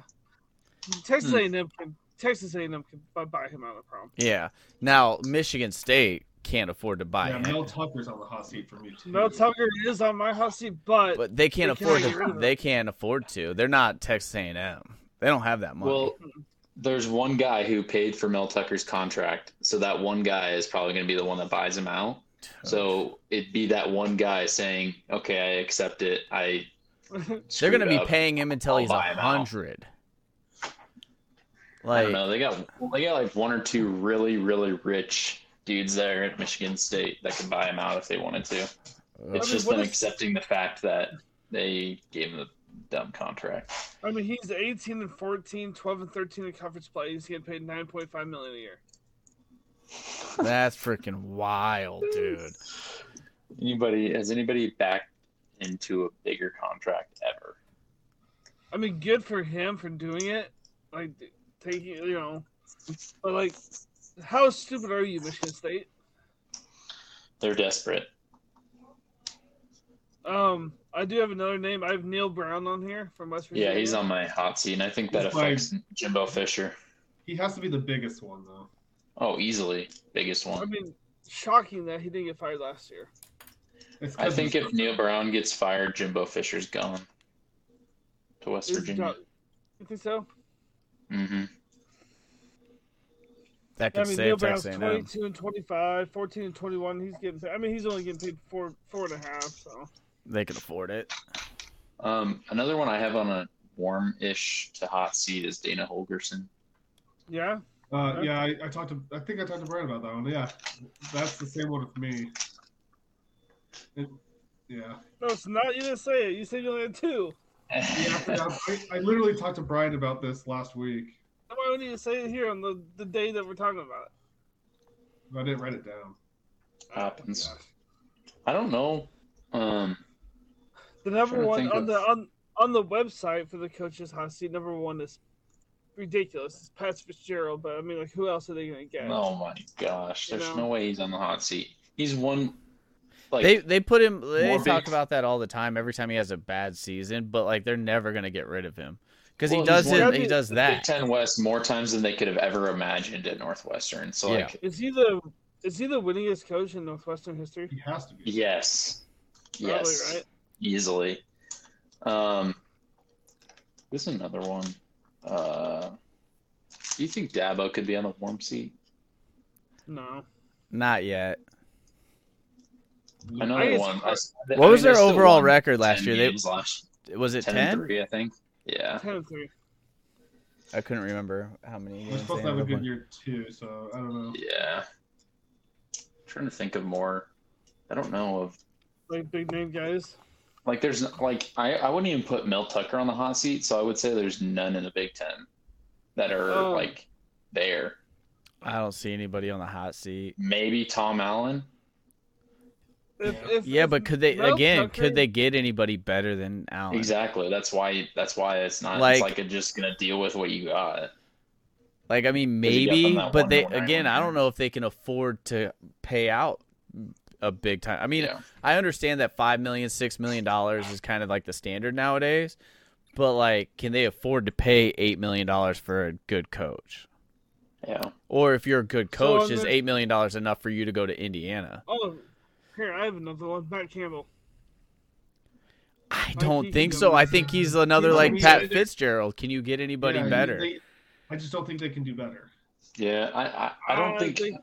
Speaker 2: Texas
Speaker 3: Hmm.
Speaker 2: A and M can Texas A and M can bu- buy him out of prom.
Speaker 1: Yeah. Now, Michigan State can't afford to buy
Speaker 4: yeah,
Speaker 1: him.
Speaker 4: Mel Tucker's on the hot seat for me too.
Speaker 2: Mel Tucker is on my hot seat, but,
Speaker 1: But they can't
Speaker 2: They
Speaker 1: afford
Speaker 2: can't get rid
Speaker 1: to.
Speaker 2: of
Speaker 1: They can't afford to. They're not Texas A&M. They don't have that money.
Speaker 3: Well, there's one guy who paid for Mel Tucker's contract, so that one guy is probably going to be the one that buys him out. So it'd be that one guy saying, "Okay, I accept it. I."
Speaker 1: they're
Speaker 3: screwed
Speaker 1: gonna be
Speaker 3: up.
Speaker 1: paying him until
Speaker 3: I'll
Speaker 1: he's a
Speaker 3: buy him out.
Speaker 1: hundred.
Speaker 3: I
Speaker 1: Like,
Speaker 3: don't know. They got they got like one or two really really rich dudes there at Michigan State that could buy him out if they wanted to.
Speaker 1: ugh.
Speaker 3: It's
Speaker 2: mean,
Speaker 3: just
Speaker 2: what
Speaker 3: them
Speaker 2: if-
Speaker 3: accepting the fact that they gave him the dumb contract.
Speaker 2: [laughs] I mean he's eighteen and 14, 12 and thirteen in conference play. He's getting paid nine point five million a year.
Speaker 1: that's freaking wild, dude.
Speaker 3: Anybody has anybody backed into a bigger contract ever?
Speaker 2: I mean, good for him for doing it, like taking you know, but like, how stupid are you, Michigan State?
Speaker 3: They're desperate.
Speaker 2: Um, I do have another name. I have Neil Brown on here from West Virginia.
Speaker 3: Yeah, he's on my hot seat, and I think that
Speaker 4: He's my-
Speaker 3: affects Jimbo Fisher.
Speaker 4: He has to be the biggest one though.
Speaker 3: Oh, easily biggest
Speaker 2: I
Speaker 3: one.
Speaker 2: mean, shocking that he didn't get fired last year.
Speaker 4: It's 'cause
Speaker 3: I think
Speaker 4: it's-
Speaker 3: if Neil Brown gets fired, Jimbo Fisher's gone to West
Speaker 2: Is
Speaker 3: Virginia.
Speaker 2: Doc- You think so?
Speaker 3: hmm
Speaker 1: That could
Speaker 2: I mean, Neil
Speaker 1: save
Speaker 2: Brown's
Speaker 1: Texas A&M.
Speaker 2: 22 and 25, 14 and 21. He's getting. I mean, he's only getting paid four, four and a half. So
Speaker 1: They could afford it.
Speaker 3: Um, another one I have on a warm-ish to hot seat is Dana Holgerson.
Speaker 2: yeah,
Speaker 4: Uh, yeah, I, I talked to. I think I talked to Brian about that one. Yeah, that's the same one with me. It- yeah,
Speaker 2: no, it's not. You didn't say it. You said you only had two.
Speaker 4: yeah. I, forgot. I, I literally talked to Brian about this last week.
Speaker 2: Then Why wouldn't you say it here on the, the day that we're talking about?
Speaker 4: but I didn't write it down.
Speaker 2: it?
Speaker 3: Happens.
Speaker 2: Yeah.
Speaker 3: [laughs] I don't know. Um,
Speaker 2: The number
Speaker 3: Trying to
Speaker 2: one
Speaker 3: think
Speaker 2: on
Speaker 3: of-
Speaker 2: the on, on the website for the coaches hot seat number one is ridiculous. It's Pat Fitzgerald, but I mean, like, who else are they going to get?
Speaker 3: oh my gosh,
Speaker 2: You
Speaker 3: there's
Speaker 2: know.
Speaker 3: no way he's on the hot seat. He's one. Like
Speaker 1: they they put him. They
Speaker 3: Morbid.
Speaker 1: talk about that all the time. Every time he has a bad season, but like they're never gonna get rid of him because
Speaker 3: Well,
Speaker 1: he
Speaker 3: he's
Speaker 1: does
Speaker 3: one
Speaker 1: it.
Speaker 2: of
Speaker 1: He
Speaker 2: the-
Speaker 1: does
Speaker 3: Big
Speaker 1: that.
Speaker 3: Ten West more times than they could have ever imagined at Northwestern. So
Speaker 1: Yeah.
Speaker 3: like,
Speaker 2: Is he the is he the winningest coach in Northwestern history?
Speaker 4: He has to be.
Speaker 3: yes,
Speaker 2: Probably,
Speaker 3: yes,
Speaker 2: right?
Speaker 3: easily. Um, this is another one. Uh, do you think Dabo could be on the warm seat?
Speaker 2: No.
Speaker 1: Not yet.
Speaker 2: I
Speaker 3: Another
Speaker 2: guess-
Speaker 3: one. I s- I
Speaker 1: What was
Speaker 3: mean, they
Speaker 1: their
Speaker 3: still
Speaker 1: overall
Speaker 3: won
Speaker 1: record
Speaker 3: 10
Speaker 1: last year? They
Speaker 3: games last-
Speaker 1: was it
Speaker 3: 10 and
Speaker 1: ten?
Speaker 3: 3, I think. Yeah.
Speaker 2: 10 and 3.
Speaker 1: I couldn't remember how many.
Speaker 4: We're
Speaker 1: games
Speaker 4: supposed
Speaker 1: they
Speaker 4: to have
Speaker 1: ended
Speaker 4: a
Speaker 1: up
Speaker 4: good
Speaker 1: winning.
Speaker 4: year too, so I don't know.
Speaker 3: Yeah. trying to think of more. I don't know of
Speaker 2: Like, big name guys.
Speaker 3: like there's n- like I I wouldn't even put Mel Tucker on the hot seat, so I would say there's none in the Big Ten. that are
Speaker 2: Oh.
Speaker 3: like there.
Speaker 1: I don't see anybody on the hot seat.
Speaker 3: Maybe Tom Allen.
Speaker 2: If,
Speaker 3: Yeah.
Speaker 2: if,
Speaker 1: Yeah,
Speaker 2: if
Speaker 1: but could they
Speaker 2: Ralph
Speaker 1: again?
Speaker 2: Tucker-
Speaker 1: Could they get anybody better than Allen?
Speaker 3: Exactly. That's why. That's why it's not.
Speaker 1: Like-
Speaker 3: it's like you're just gonna deal with what you got.
Speaker 1: Like I mean,
Speaker 3: Maybe got
Speaker 1: maybe,
Speaker 3: them that
Speaker 1: but
Speaker 3: one
Speaker 1: they
Speaker 3: more night
Speaker 1: again,
Speaker 3: one
Speaker 1: I
Speaker 3: year.
Speaker 1: don't know if they can afford to pay out a big time. I mean,
Speaker 3: Yeah.
Speaker 1: I understand that five million, six million dollars is kind of like the standard nowadays, but like, can they afford to pay eight million dollars for a good coach?
Speaker 3: Yeah.
Speaker 1: Or if you're a good
Speaker 2: So
Speaker 1: coach,
Speaker 2: I'm
Speaker 1: is
Speaker 2: gonna-
Speaker 1: eight million dollars enough for you to go to Indiana?
Speaker 2: Oh, here I have another one. Matt Campbell.
Speaker 1: I
Speaker 2: I
Speaker 1: don't
Speaker 2: think
Speaker 1: think
Speaker 2: he
Speaker 1: so. I
Speaker 2: goes-
Speaker 1: think he's another
Speaker 4: He
Speaker 1: like
Speaker 4: goes-
Speaker 1: Pat Fitzgerald. Can you get anybody
Speaker 4: Yeah, you-
Speaker 1: better? [laughs]
Speaker 4: they- I just don't think they can do better.
Speaker 3: Yeah. I. I, I don't think.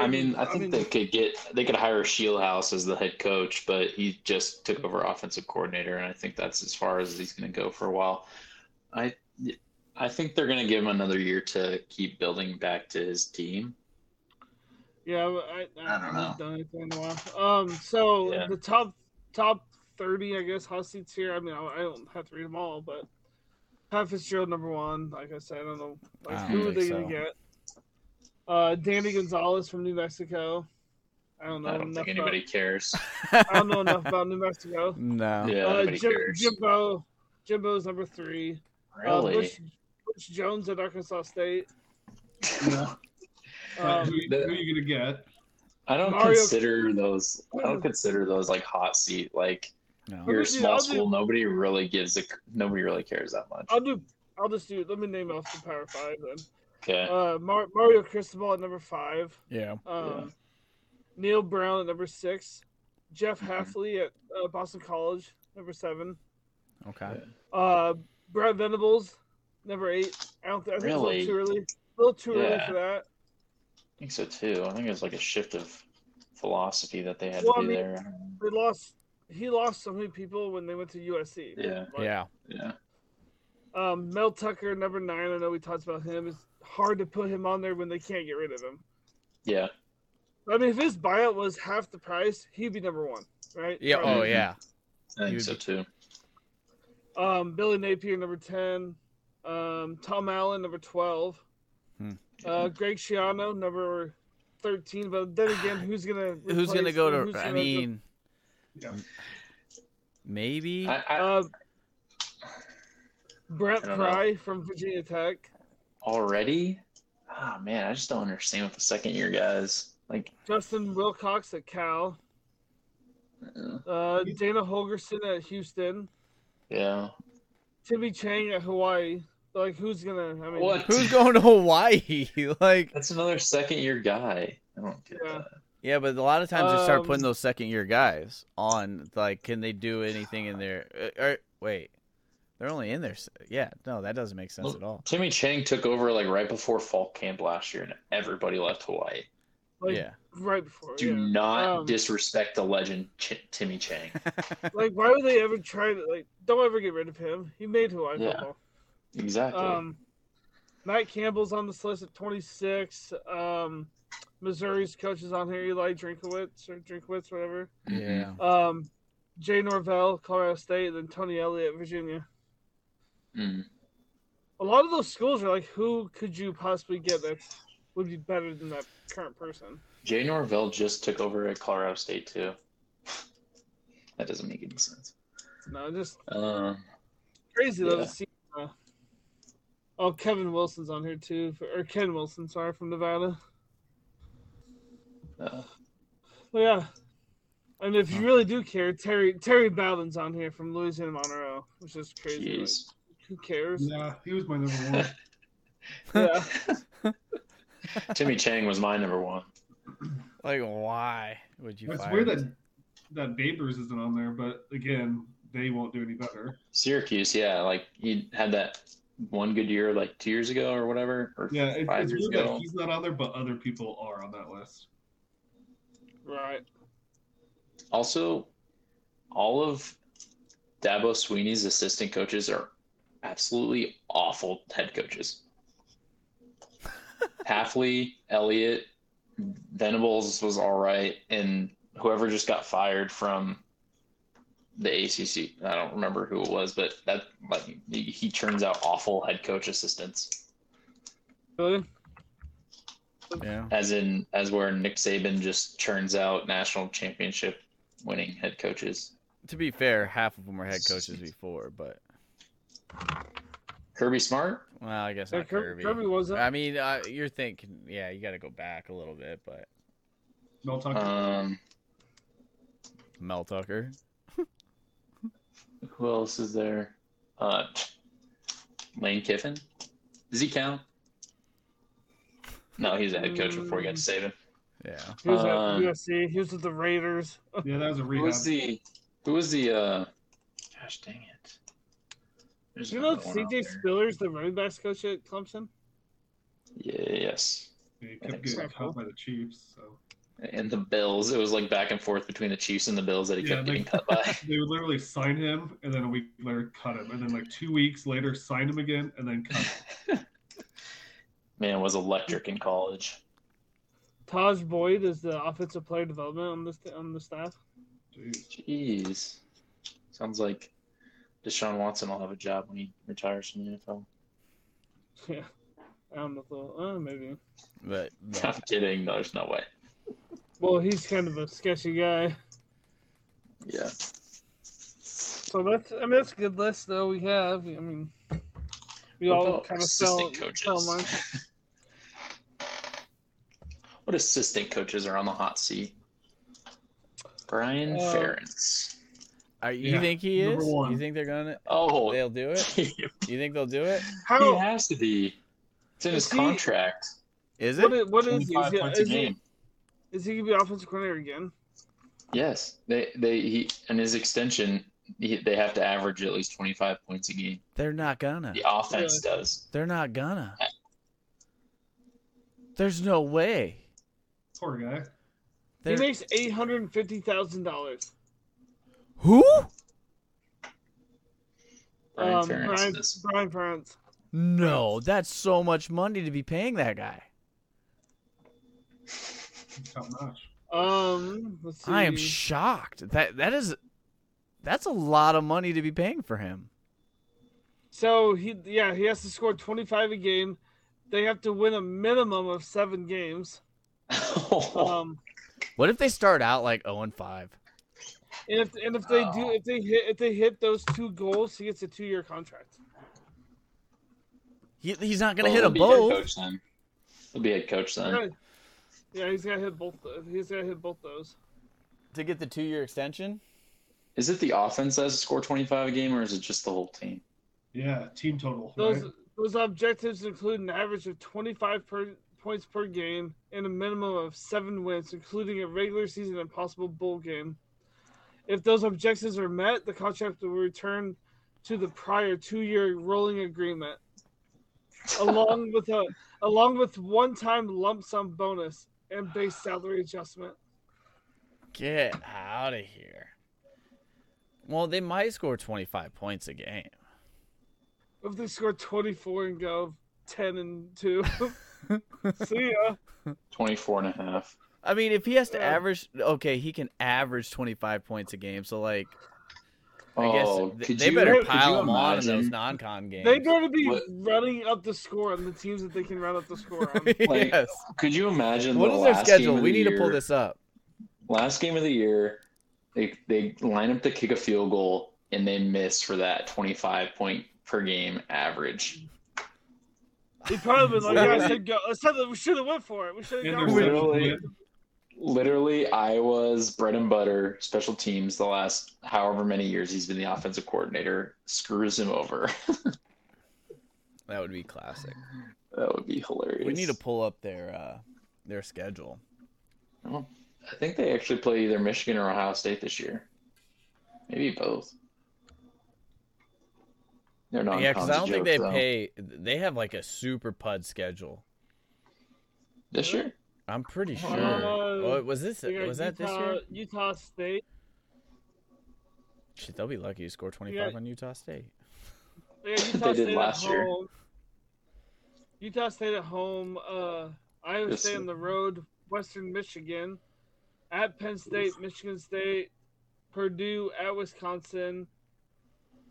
Speaker 3: I mean, I think they could get. They could hire Shieldhouse as the head coach, but he just took over offensive coordinator, and I think that's as far as he's gonna go for a while. I. I think they're gonna give him another year to keep building back to his team.
Speaker 2: Yeah, but I, I,
Speaker 3: I don't
Speaker 2: haven't Done anything in a while. Um, so
Speaker 3: Yeah.
Speaker 2: the top top thirty, I guess, hot seats here. I mean, I, I don't have to read them all, but Pat Fitzgerald number one. Like I said, I don't know like,
Speaker 1: I don't
Speaker 2: who are they
Speaker 1: think
Speaker 2: gonna
Speaker 1: so.
Speaker 2: get. Uh, Danny Gonzalez from New Mexico. I don't know.
Speaker 3: I don't
Speaker 2: enough
Speaker 3: think anybody cares.
Speaker 2: About, I don't know enough about New
Speaker 3: [laughs]
Speaker 2: Mexico.
Speaker 1: no.
Speaker 3: Yeah,
Speaker 2: uh,
Speaker 3: nobody
Speaker 2: Jim,
Speaker 3: cares.
Speaker 2: Jimbo, Jimbo's number three. Uh,
Speaker 3: really? [laughs]
Speaker 2: Bush, Bush Jones at Arkansas State.
Speaker 4: Yeah. But
Speaker 2: Um,
Speaker 4: who, who are you gonna get?
Speaker 3: I don't
Speaker 2: Mario-
Speaker 3: consider those. I don't consider those like hot seat. Like
Speaker 1: No.
Speaker 3: you're a
Speaker 2: do-
Speaker 3: small
Speaker 2: I'll do-
Speaker 3: school. Nobody really gives a. Nobody really cares that much.
Speaker 2: I'll do. I'll just do. Let me name off the Power Five then.
Speaker 3: Okay.
Speaker 2: Uh, Mar- Mario Cristobal at number five.
Speaker 1: Yeah.
Speaker 2: Um,
Speaker 3: Yeah.
Speaker 2: Neil Brown at number six.
Speaker 3: [laughs]
Speaker 2: Jeff
Speaker 3: Mhm.
Speaker 2: Halfley at uh, Boston College, number seven.
Speaker 1: Okay.
Speaker 2: Uh, Brad Venables, number eight. I don't think, I think
Speaker 3: Really?
Speaker 2: it's a little too early. A little too early
Speaker 3: Yeah.
Speaker 2: for that.
Speaker 3: I think so too. I think it was like a shift of philosophy that they had
Speaker 2: Well, I
Speaker 3: to do
Speaker 2: mean-
Speaker 3: there.
Speaker 2: They lost. He lost so many people when they went to USC.
Speaker 3: Yeah.
Speaker 2: Like,
Speaker 1: Yeah.
Speaker 3: Yeah.
Speaker 2: Um, Mel Tucker, number nine. I know we talked about him. It's hard to put him on there when they can't get rid of him.
Speaker 3: Yeah.
Speaker 2: I mean, if his buyout was half the price, he'd be number one, right?
Speaker 1: Yeah. Oh
Speaker 2: Probably.
Speaker 1: yeah.
Speaker 3: I think
Speaker 1: You'd-
Speaker 3: so too.
Speaker 2: Um, Billy Napier, number 10. Um, Tom Allen, number 12.
Speaker 1: Hmm.
Speaker 2: Uh, Greg Schiano, number 13. But then again, who's going
Speaker 1: [sighs]
Speaker 2: to.
Speaker 1: Who's gonna go to? I mean,
Speaker 4: Yeah.
Speaker 1: maybe.
Speaker 3: I, I
Speaker 2: uh, Brent
Speaker 3: I don't know.
Speaker 2: Pry from Virginia Tech.
Speaker 3: already. Oh man, I just don't understand with the second year guys. Like,
Speaker 2: Justin Wilcox at Cal.
Speaker 3: uh,
Speaker 2: Uh, Dana Holgerson at Houston.
Speaker 3: yeah.
Speaker 2: Timmy Chang at Hawaii. Like, who's going to. I mean,
Speaker 3: What?
Speaker 1: Who's going to Hawaii? [laughs] like,
Speaker 3: That's another second year guy. I don't get
Speaker 2: Yeah.
Speaker 3: that.
Speaker 1: yeah, but a lot of times they start putting
Speaker 2: Um,
Speaker 1: those second year guys on. Like, can they do anything in there? Uh, or, wait, they're only in there. Yeah, no, that doesn't make sense
Speaker 3: Look-
Speaker 1: at all.
Speaker 3: Timmy Chang took over like right before fall camp last year, and everybody left Hawaii.
Speaker 2: like,
Speaker 1: yeah,
Speaker 2: Right before.
Speaker 3: Do
Speaker 2: yeah.
Speaker 3: not
Speaker 2: Um,
Speaker 3: disrespect the legend Ch- Timmy Chang.
Speaker 2: [laughs] Like, why would they ever try to. Like, don't ever get rid of him. He made Hawaii
Speaker 3: Yeah.
Speaker 2: football.
Speaker 3: exactly.
Speaker 2: Um, Matt Campbell's on this list at 26. Um, Missouri's coach is on here, Eli Drinkowitz or Drinkowitz, whatever.
Speaker 1: yeah.
Speaker 2: Um, Jay Norvell, Colorado State, then Tony Elliott, Virginia.
Speaker 3: Mm.
Speaker 2: A lot of those schools are like, who could you possibly get that would be better than that current person?
Speaker 3: Jay Norvell just took over at Colorado State too. [laughs] That doesn't make any sense.
Speaker 2: No, just
Speaker 3: Um,
Speaker 2: crazy though
Speaker 3: Yeah.
Speaker 2: to see. Uh, oh, Kevin Wilson's on here too, for, or Ken Wilson, sorry, from Nevada.
Speaker 3: uh,
Speaker 2: But yeah. And if you really do care, Terry Terry Bowden's on here from Louisiana Monroe, which is crazy. Like,
Speaker 3: jeez.
Speaker 2: who cares?
Speaker 4: Yeah, he was my number one.
Speaker 2: yeah.
Speaker 3: Timmy Chang was my number one.
Speaker 1: Like, why would you?
Speaker 4: It's
Speaker 1: fire
Speaker 4: weird
Speaker 1: him?
Speaker 4: that that Babers isn't on there, but again, they won't do any better.
Speaker 3: Syracuse, yeah, like he had that one good year like two years ago or whatever, or
Speaker 4: Yeah, it,
Speaker 3: five
Speaker 4: it's
Speaker 3: years
Speaker 4: weird
Speaker 3: ago.
Speaker 4: that he's not on there, but other people are on that list.
Speaker 2: Right.
Speaker 3: Also, all of Dabo Sweeney's assistant coaches are absolutely awful head coaches. Halfley, Elliott, Venables was all right, and whoever just got fired from the ACC. I don't remember who it was, but that like he- he turns out awful head coach assistants,
Speaker 2: Really?
Speaker 1: Yeah.
Speaker 3: as in as where Nick Saban just churns out national championship winning head coaches.
Speaker 1: To be fair, half of them were head [laughs] coaches before, but
Speaker 3: Kirby Smart,
Speaker 1: well, I guess
Speaker 2: Yeah,
Speaker 1: not Kirby.
Speaker 2: Kirby, Kirby wasn't.
Speaker 1: I mean, uh, you're thinking, yeah, you got to go back a little bit, but
Speaker 4: Mel Tucker.
Speaker 3: um,
Speaker 1: Mel Tucker.
Speaker 3: who else is there? Uh, Lane Kiffin. Does he count? No, he was a head coach before he got to Saban.
Speaker 1: Yeah.
Speaker 2: He was
Speaker 3: uh,
Speaker 2: at USC. He was with the Raiders.
Speaker 4: yeah, that was a
Speaker 3: Who
Speaker 4: rehab.
Speaker 3: was the? Who was the? uh Gosh, dang it! There's
Speaker 2: Do you know
Speaker 3: another one out
Speaker 2: CJ
Speaker 3: there.
Speaker 2: Spiller's the running backs coach at Clemson?
Speaker 3: Yeah, yes.
Speaker 4: He kept getting cut by the Chiefs. So
Speaker 3: And the Bills. It was like back and forth between the Chiefs and the Bills that he
Speaker 4: Yeah,
Speaker 3: kept
Speaker 4: they-
Speaker 3: getting cut by. [laughs]
Speaker 4: they would literally sign him, and then a week later cut him, and then like two weeks later sign him again, and then cut him.
Speaker 3: Man was electric in college.
Speaker 2: Taj Boyd is the offensive player development on this on the staff. [laughs]
Speaker 4: Jeez.
Speaker 3: Jeez. Sounds like Deshaun Watson will have a job when he retires from the NFL.
Speaker 2: Yeah, I don't know. Though. Uh, maybe.
Speaker 1: But no.
Speaker 3: [laughs] I'm kidding. No, there's no way.
Speaker 2: Well, he's kind of a sketchy guy.
Speaker 3: Yeah.
Speaker 2: So that's I mean that's a good list though we have. I mean, we
Speaker 3: What
Speaker 2: all
Speaker 3: about
Speaker 2: kind of fell.
Speaker 3: assistant
Speaker 2: fell in
Speaker 3: coaches?
Speaker 2: line.
Speaker 3: [laughs] What assistant coaches are on the hot seat? Brian
Speaker 2: Uh,
Speaker 3: Ferentz.
Speaker 1: Are, you
Speaker 4: Yeah,
Speaker 1: think he is?
Speaker 4: number one.
Speaker 1: You think they're gonna?
Speaker 3: Oh,
Speaker 1: They'll do it.
Speaker 3: [laughs] he
Speaker 1: You think they'll do it?
Speaker 2: How
Speaker 3: has to be. It's in
Speaker 2: Oh. Is
Speaker 3: his
Speaker 2: he-
Speaker 3: contract.
Speaker 1: Is it?
Speaker 2: what is, what is he? Is
Speaker 3: 25
Speaker 2: he,
Speaker 3: points a
Speaker 2: is he,
Speaker 3: game.
Speaker 2: is he gonna be offensive coordinator again?
Speaker 3: Yes, they they he and his extension. He, they have to average at least twenty five points a game.
Speaker 1: They're not gonna.
Speaker 3: The offense does.
Speaker 1: They're not gonna. There's no way.
Speaker 4: Poor guy.
Speaker 1: They're-
Speaker 2: He makes eight hundred and fifty thousand dollars.
Speaker 1: Who?
Speaker 3: Brian
Speaker 2: um,
Speaker 3: Ferentz
Speaker 2: Brian,
Speaker 3: [laughs] does.
Speaker 2: Brian Ferentz.
Speaker 1: No, that's so much money to be paying that guy.
Speaker 4: Top notch.
Speaker 2: Um, let's see.
Speaker 1: I am shocked. That that is, that's a lot of money to be paying for him.
Speaker 2: so he, yeah, he has to score twenty five a game. They have to win a minimum of seven games.
Speaker 3: Oh.
Speaker 2: Um,
Speaker 1: What if they start out like 0 and 5?
Speaker 2: and if and if they do, if they hit, if they hit those two goals, he gets a two year contract.
Speaker 1: He, he's not gonna
Speaker 3: Well,
Speaker 1: hit
Speaker 3: he'll
Speaker 1: a
Speaker 3: be head
Speaker 1: both.
Speaker 3: coach then. He'll be head coach then.
Speaker 2: Yeah, yeah, he's gotta hit both. tho- He's gotta hit both those.
Speaker 1: to get the two-year extension.
Speaker 3: Is it the offense that has to score twenty five a game, or is it just the whole team?
Speaker 4: Yeah, team total.
Speaker 2: Those
Speaker 4: right?
Speaker 2: those objectives include an average of twenty five per points per game and a minimum of seven wins, including a regular season and possible bowl game. If those objectives are met, the contract will return to the prior two year rolling agreement,
Speaker 3: [laughs]
Speaker 2: along with a along with one time lump sum bonus and base salary adjustment.
Speaker 1: Get out of here. Well, they might score 25 points a game.
Speaker 2: If they score 24 and go 10 and 2, [laughs] see ya.
Speaker 3: 24 and a half.
Speaker 1: I mean, if he has to
Speaker 2: Yeah.
Speaker 1: average, okay, he can average 25 points a game. So, like, I
Speaker 3: Oh,
Speaker 1: guess th-
Speaker 3: could
Speaker 1: they
Speaker 3: you-
Speaker 1: better
Speaker 3: could you
Speaker 1: pile him on in those
Speaker 3: imagine,
Speaker 1: non con games.
Speaker 2: They better be
Speaker 3: What-
Speaker 2: running up the score on the teams that they can run up the score on.
Speaker 1: [laughs]
Speaker 3: Like,
Speaker 1: yes.
Speaker 3: Could you imagine?
Speaker 1: What
Speaker 3: the
Speaker 1: is their
Speaker 3: last game
Speaker 1: schedule?
Speaker 3: of
Speaker 1: We
Speaker 3: the
Speaker 1: need to pull
Speaker 3: year-
Speaker 1: this up.
Speaker 3: last game of the year, they they line up to kick a field goal and they miss for that 25 point per game average.
Speaker 2: He probably was like, yeah, I said go. I said that we should have went for it. We should have
Speaker 4: And
Speaker 2: gone. for it."
Speaker 4: their
Speaker 3: Literally.
Speaker 4: seventh win.
Speaker 3: Literally, Iowa's bread and butter special teams the last however many years he's been the offensive coordinator screws him over. [laughs]
Speaker 1: That would be classic.
Speaker 3: that would be hilarious.
Speaker 1: We need to pull up their uh, their schedule.
Speaker 3: I think they actually play either Michigan or Ohio State this year. Maybe both. They're not.
Speaker 1: Yeah, because I don't think they pay. They have like a super pud schedule.
Speaker 3: this year.
Speaker 1: I'm pretty sure.
Speaker 2: Uh,
Speaker 1: What- was this?
Speaker 2: They got
Speaker 1: Was that this
Speaker 2: Utah,
Speaker 1: year?
Speaker 2: Utah State.
Speaker 1: Shit, they'll be lucky to score 25
Speaker 2: Yeah.
Speaker 1: on Utah State.
Speaker 2: They, got Utah
Speaker 3: [laughs] They did
Speaker 2: State
Speaker 3: last
Speaker 2: at
Speaker 3: year.
Speaker 2: home. Utah State at home. Uh, Iowa
Speaker 3: This
Speaker 2: State
Speaker 3: year.
Speaker 2: on the road. Western Michigan. At Penn State, Michigan State, Purdue at Wisconsin,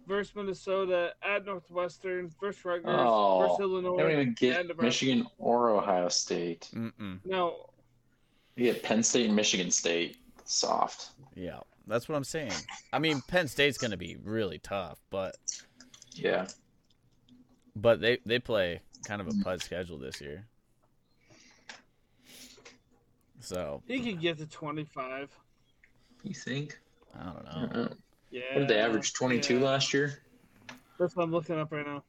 Speaker 2: versus Minnesota at Northwestern, versus Rutgers,
Speaker 3: Oh,
Speaker 2: versus
Speaker 3: They
Speaker 2: Illinois.
Speaker 3: don't even
Speaker 2: at
Speaker 3: get
Speaker 2: Nebraska.
Speaker 3: Michigan or Ohio State.
Speaker 1: Mm-mm.
Speaker 2: No,
Speaker 3: They get Penn State and Michigan State. Soft.
Speaker 1: Yeah, that's what I'm saying. I mean, Penn State's going to be really tough, but
Speaker 3: Yeah.
Speaker 1: but they they play kind of a pud schedule this year. So
Speaker 2: he could get to twenty-five.
Speaker 3: You think?
Speaker 1: I don't know.
Speaker 3: Uh-uh.
Speaker 2: Yeah.
Speaker 3: What did they average? 22
Speaker 2: yeah.
Speaker 3: last year?
Speaker 2: That's what I'm looking up right now.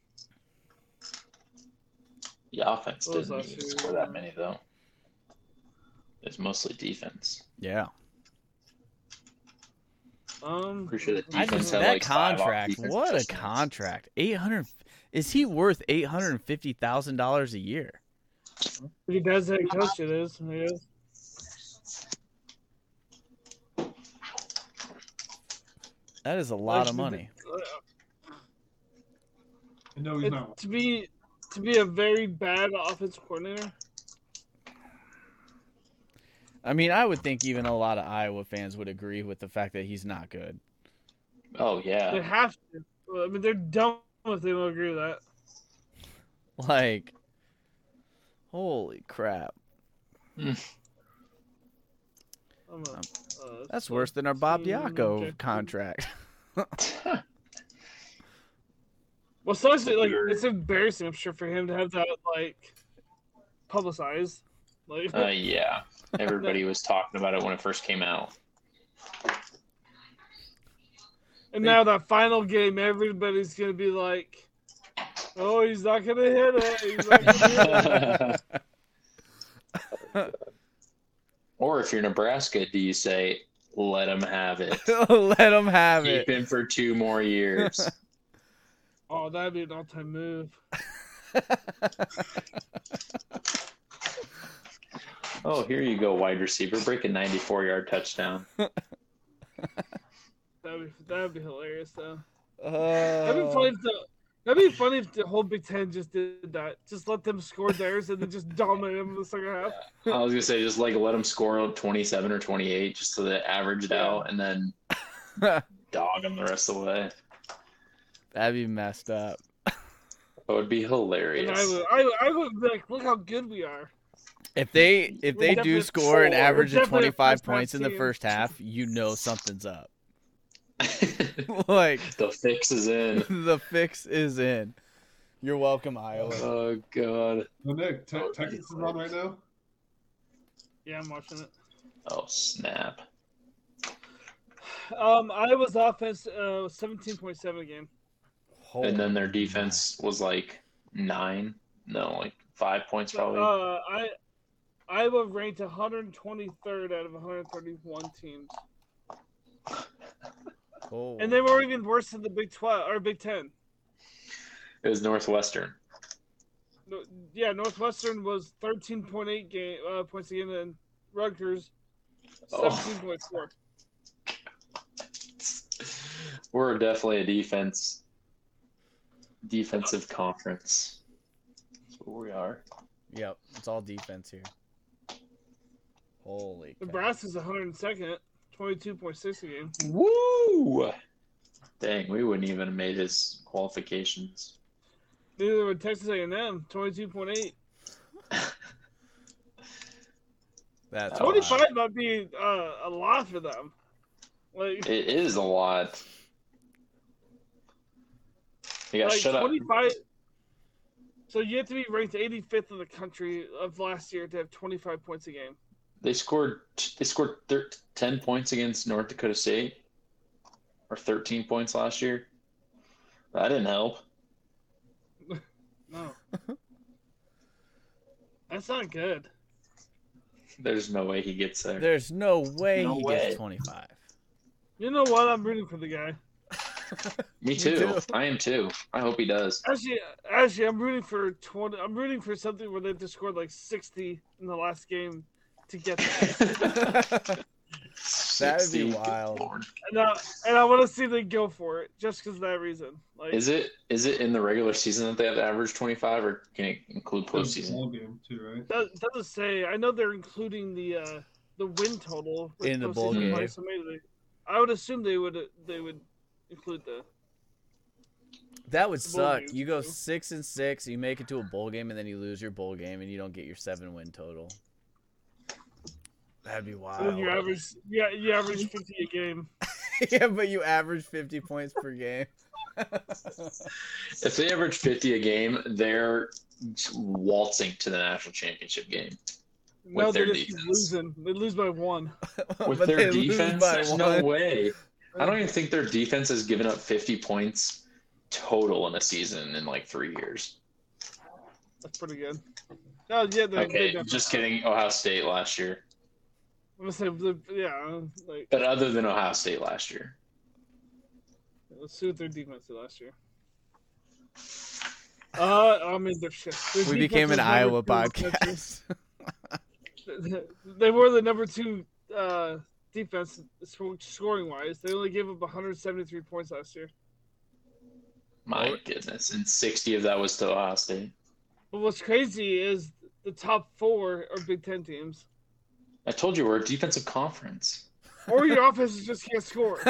Speaker 3: The offense
Speaker 2: What was
Speaker 3: didn't
Speaker 2: last
Speaker 3: even
Speaker 2: year?
Speaker 3: score that many, though. It's mostly defense.
Speaker 1: Yeah,
Speaker 2: Um,
Speaker 3: Pretty sure the
Speaker 1: I
Speaker 3: defense
Speaker 1: just
Speaker 3: had,
Speaker 1: that
Speaker 3: like, five
Speaker 1: contract.
Speaker 3: off-defense
Speaker 1: What a
Speaker 3: touchdowns.
Speaker 1: contract! Eight hundred. Is he worth eight hundred fifty thousand dollars a year?
Speaker 2: if he does that coach, it is. It is.
Speaker 1: That is a lot of
Speaker 2: Actually,
Speaker 1: money.
Speaker 4: And no, he's
Speaker 2: It-
Speaker 4: not.
Speaker 2: to be to be a very bad offensive coordinator.
Speaker 1: I mean, I would think even a lot of Iowa fans would agree with the fact that he's not good.
Speaker 3: Oh,
Speaker 2: They
Speaker 3: yeah.
Speaker 2: have to. I mean, they're dumb if they don't agree with that.
Speaker 1: Like, holy crap!
Speaker 2: I'm a, uh,
Speaker 1: That's worse than our Bob Diaco
Speaker 2: Okay.
Speaker 1: contract. [laughs]
Speaker 2: Well, so it's, like it's embarrassing, I'm sure, for him to have that like publicized. Like,
Speaker 3: [laughs] uh, yeah. Everybody was talking about it when it first came out.
Speaker 2: [laughs] and now that final game, everybody's gonna be like, "Oh, he's not gonna hit it." He's not
Speaker 3: [laughs]
Speaker 2: gonna hit it."
Speaker 3: [laughs] or if you're Nebraska, do you say, let him have it?
Speaker 1: [laughs] Let him have it.
Speaker 3: Keep him for two more years.
Speaker 2: Oh, that'd be an all-time move.
Speaker 3: oh, here you go, wide receiver. Break a 94 yard touchdown.
Speaker 2: That'd be that'd be hilarious though. That'd be funny
Speaker 1: Uh,
Speaker 2: if the that'd be funny if the whole Big Ten just did that. Just let them score theirs and then just [laughs] dominate them in the second half.
Speaker 3: I was gonna say just like let them score 27 or 28 just so that average it
Speaker 2: Yeah.
Speaker 3: out and then dog them the rest of the way.
Speaker 1: that'd be messed up.
Speaker 3: That would be
Speaker 2: And
Speaker 3: hilarious.
Speaker 2: I would, I would, I would be like, look how good we are.
Speaker 1: If they if
Speaker 2: We're
Speaker 1: they do
Speaker 2: definitely
Speaker 1: score an
Speaker 2: four.
Speaker 1: average
Speaker 2: We're
Speaker 1: of
Speaker 2: definitely a
Speaker 1: 25
Speaker 2: first-half
Speaker 1: points in the
Speaker 2: team.
Speaker 1: first half, you know something's up. [laughs] like
Speaker 3: [laughs] the fix is in.
Speaker 1: [laughs] the fix is in. You're welcome, Iowa.
Speaker 3: Oh god.
Speaker 4: So Nick, te- Texas is on right now.
Speaker 2: Yeah, I'm watching it.
Speaker 3: Oh snap.
Speaker 2: Um, Iowa's offense, uh, seventeen point seven a game.
Speaker 3: And then their defense was like nine. No, like five points probably.
Speaker 2: Uh, I, Iowa ranked 123rd out of 131 teams,
Speaker 1: Oh.
Speaker 2: and they were even worse than the Big 12 or Big 10.
Speaker 3: It was Northwestern.
Speaker 2: No- Yeah, Northwestern was 13.8 game uh, points a game, and Rutgers
Speaker 3: Oh.
Speaker 2: 17.4.
Speaker 3: We're definitely a defense defensive conference. That's what we are.
Speaker 1: Yep, it's all defense here. Holy. cow.
Speaker 2: Nebraska's 102nd, 22.6 a game.
Speaker 3: Woo! Dang, we wouldn't even have made his qualifications.
Speaker 2: Neither would Texas A&M, 22.8.
Speaker 1: That's
Speaker 3: Oh,
Speaker 2: 25
Speaker 1: wild.
Speaker 2: might be uh, a lot for them. Like,
Speaker 3: It is a lot. They got
Speaker 2: like
Speaker 3: shut up.
Speaker 2: 25. So you have to be ranked 85th in the country of last year to have 25 points a game.
Speaker 3: They scored. They scored thir- ten points against North Dakota State, or thirteen points last year. That didn't help. [laughs]
Speaker 2: No. That's not good.
Speaker 3: There's no way he gets there.
Speaker 1: There's no way
Speaker 3: No
Speaker 1: he
Speaker 3: way.
Speaker 1: gets 25.
Speaker 2: You know what? I'm rooting for the guy.
Speaker 3: Me
Speaker 1: Me
Speaker 3: too.
Speaker 1: too.
Speaker 3: I am too. I hope he does.
Speaker 1: [laughs]
Speaker 2: Actually, actually, I'm rooting for 20. I'm rooting for something where they've just scored like 60 in the last game to get that.
Speaker 3: That'd
Speaker 1: be wild.
Speaker 2: and, I, and I want to see them go for it just because of that reason. Like,
Speaker 3: Is it is it in the regular season that they have to average twenty five, or can it include
Speaker 4: It's a
Speaker 3: postseason?
Speaker 4: ball game too, right?
Speaker 2: Does, doesn't say. I know they're including the uh, the win total with
Speaker 1: In the bowl
Speaker 2: postseason
Speaker 1: game.
Speaker 2: play, so maybe they- I would assume they would they would include the
Speaker 1: That would
Speaker 2: Bowl
Speaker 1: suck.
Speaker 2: games,
Speaker 1: You go
Speaker 2: too.
Speaker 1: six and six, you make it to a bowl game, and then you lose your bowl game, and you don't get your seven win total. That'd be wild.
Speaker 2: you average yeah you average fifty a game.
Speaker 1: [laughs] yeah, but you average fifty points per game. [laughs]
Speaker 3: If they average 50 a game, they're waltzing to the national championship game.
Speaker 2: No,
Speaker 3: With
Speaker 2: they're
Speaker 3: their
Speaker 2: just
Speaker 3: defense.
Speaker 2: losing. They lose by one.
Speaker 1: [laughs]
Speaker 3: With
Speaker 1: But
Speaker 3: their
Speaker 1: they lose
Speaker 3: defense,
Speaker 1: by
Speaker 3: there's
Speaker 1: one.
Speaker 3: no way. I don't even think their defense has given up 50 points total in a season in like three years.
Speaker 2: That's pretty good. No, yeah, they, they
Speaker 3: Okay,
Speaker 2: definitely-
Speaker 3: just kidding. Ohio State last year,
Speaker 2: I'm gonna say they- yeah. Like
Speaker 3: but other than Ohio State last year,
Speaker 2: let's see what their defense did last year. Uh, I mean, they're shit. Their
Speaker 1: We
Speaker 2: defense
Speaker 1: became
Speaker 2: was
Speaker 1: an
Speaker 2: number
Speaker 1: Iowa
Speaker 2: two in the country.
Speaker 1: podcast.
Speaker 2: [laughs] they were the number two uh, defense scoring wise. They only gave up 173 points last year.
Speaker 3: my
Speaker 1: Alright.
Speaker 3: goodness, and 60 of that was to Ohio State.
Speaker 2: But what's crazy is the top four are Big Ten teams,
Speaker 3: I told you we're a defensive conference.
Speaker 2: or your offenses just can't score. [laughs]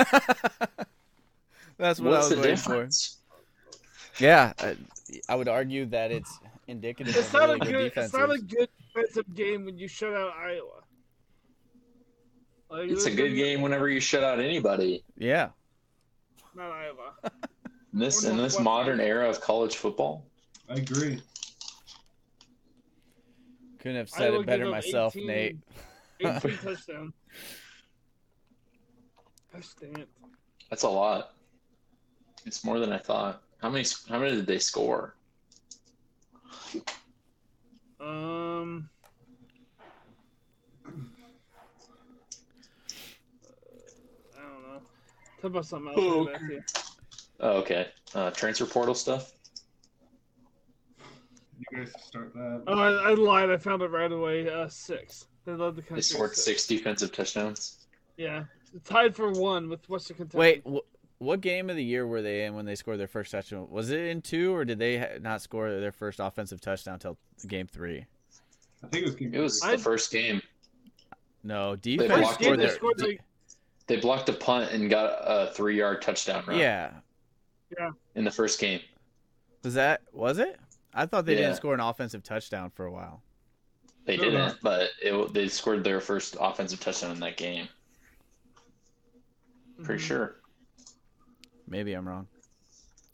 Speaker 1: That's what
Speaker 3: What's
Speaker 1: I was
Speaker 3: the
Speaker 1: waiting
Speaker 3: difference?
Speaker 1: for. Yeah, I, I would argue that it's indicative
Speaker 2: It's
Speaker 1: of
Speaker 2: not a
Speaker 1: really good,
Speaker 2: good. It's
Speaker 1: defenses.
Speaker 2: not a good defensive game when you shut out Iowa. Like,
Speaker 3: It's a good game whenever you shut out anybody.
Speaker 1: yeah,
Speaker 2: Not Iowa.
Speaker 3: In this in this modern era of college football,
Speaker 4: I agree.
Speaker 1: couldn't have said
Speaker 2: Iowa
Speaker 1: it better
Speaker 2: gave up
Speaker 1: myself,
Speaker 2: 18
Speaker 1: Nate. [laughs]
Speaker 3: [laughs]
Speaker 2: 18 touchdown. Gosh dang it.
Speaker 3: that's a lot. It's more than I thought. How many how many did they score?
Speaker 2: Um. I don't know. Talk about something else. I'll get back to you.
Speaker 3: Oh, okay, uh, transfer portal stuff.
Speaker 4: You guys start that.
Speaker 2: Oh, I, I lied. I found it right away. Uh, six. They led the country.
Speaker 3: They scored
Speaker 2: at
Speaker 3: six defensive touchdowns.
Speaker 2: Yeah, tied for one with Western Kentucky.
Speaker 1: Wait, wh- what game of the year were they in when they scored their first touchdown? Was it in two, or did they ha- not score their first offensive touchdown till game three?
Speaker 4: I think it was. King
Speaker 3: It was
Speaker 2: I-
Speaker 3: the first game.
Speaker 1: No,
Speaker 3: They
Speaker 1: defense
Speaker 2: First
Speaker 3: blocked
Speaker 2: game
Speaker 1: scored
Speaker 2: they
Speaker 1: their.
Speaker 2: scored like
Speaker 3: They blocked a punt and got a three yard touchdown run.
Speaker 1: yeah,
Speaker 3: In the first game,
Speaker 1: was that was it? I thought they
Speaker 3: Yeah.
Speaker 1: didn't score an offensive touchdown for a while.
Speaker 3: they
Speaker 4: No, no.
Speaker 3: didn't, but it, they scored their first offensive touchdown in that game. Pretty
Speaker 2: Mhm.
Speaker 3: sure.
Speaker 1: Maybe I'm wrong.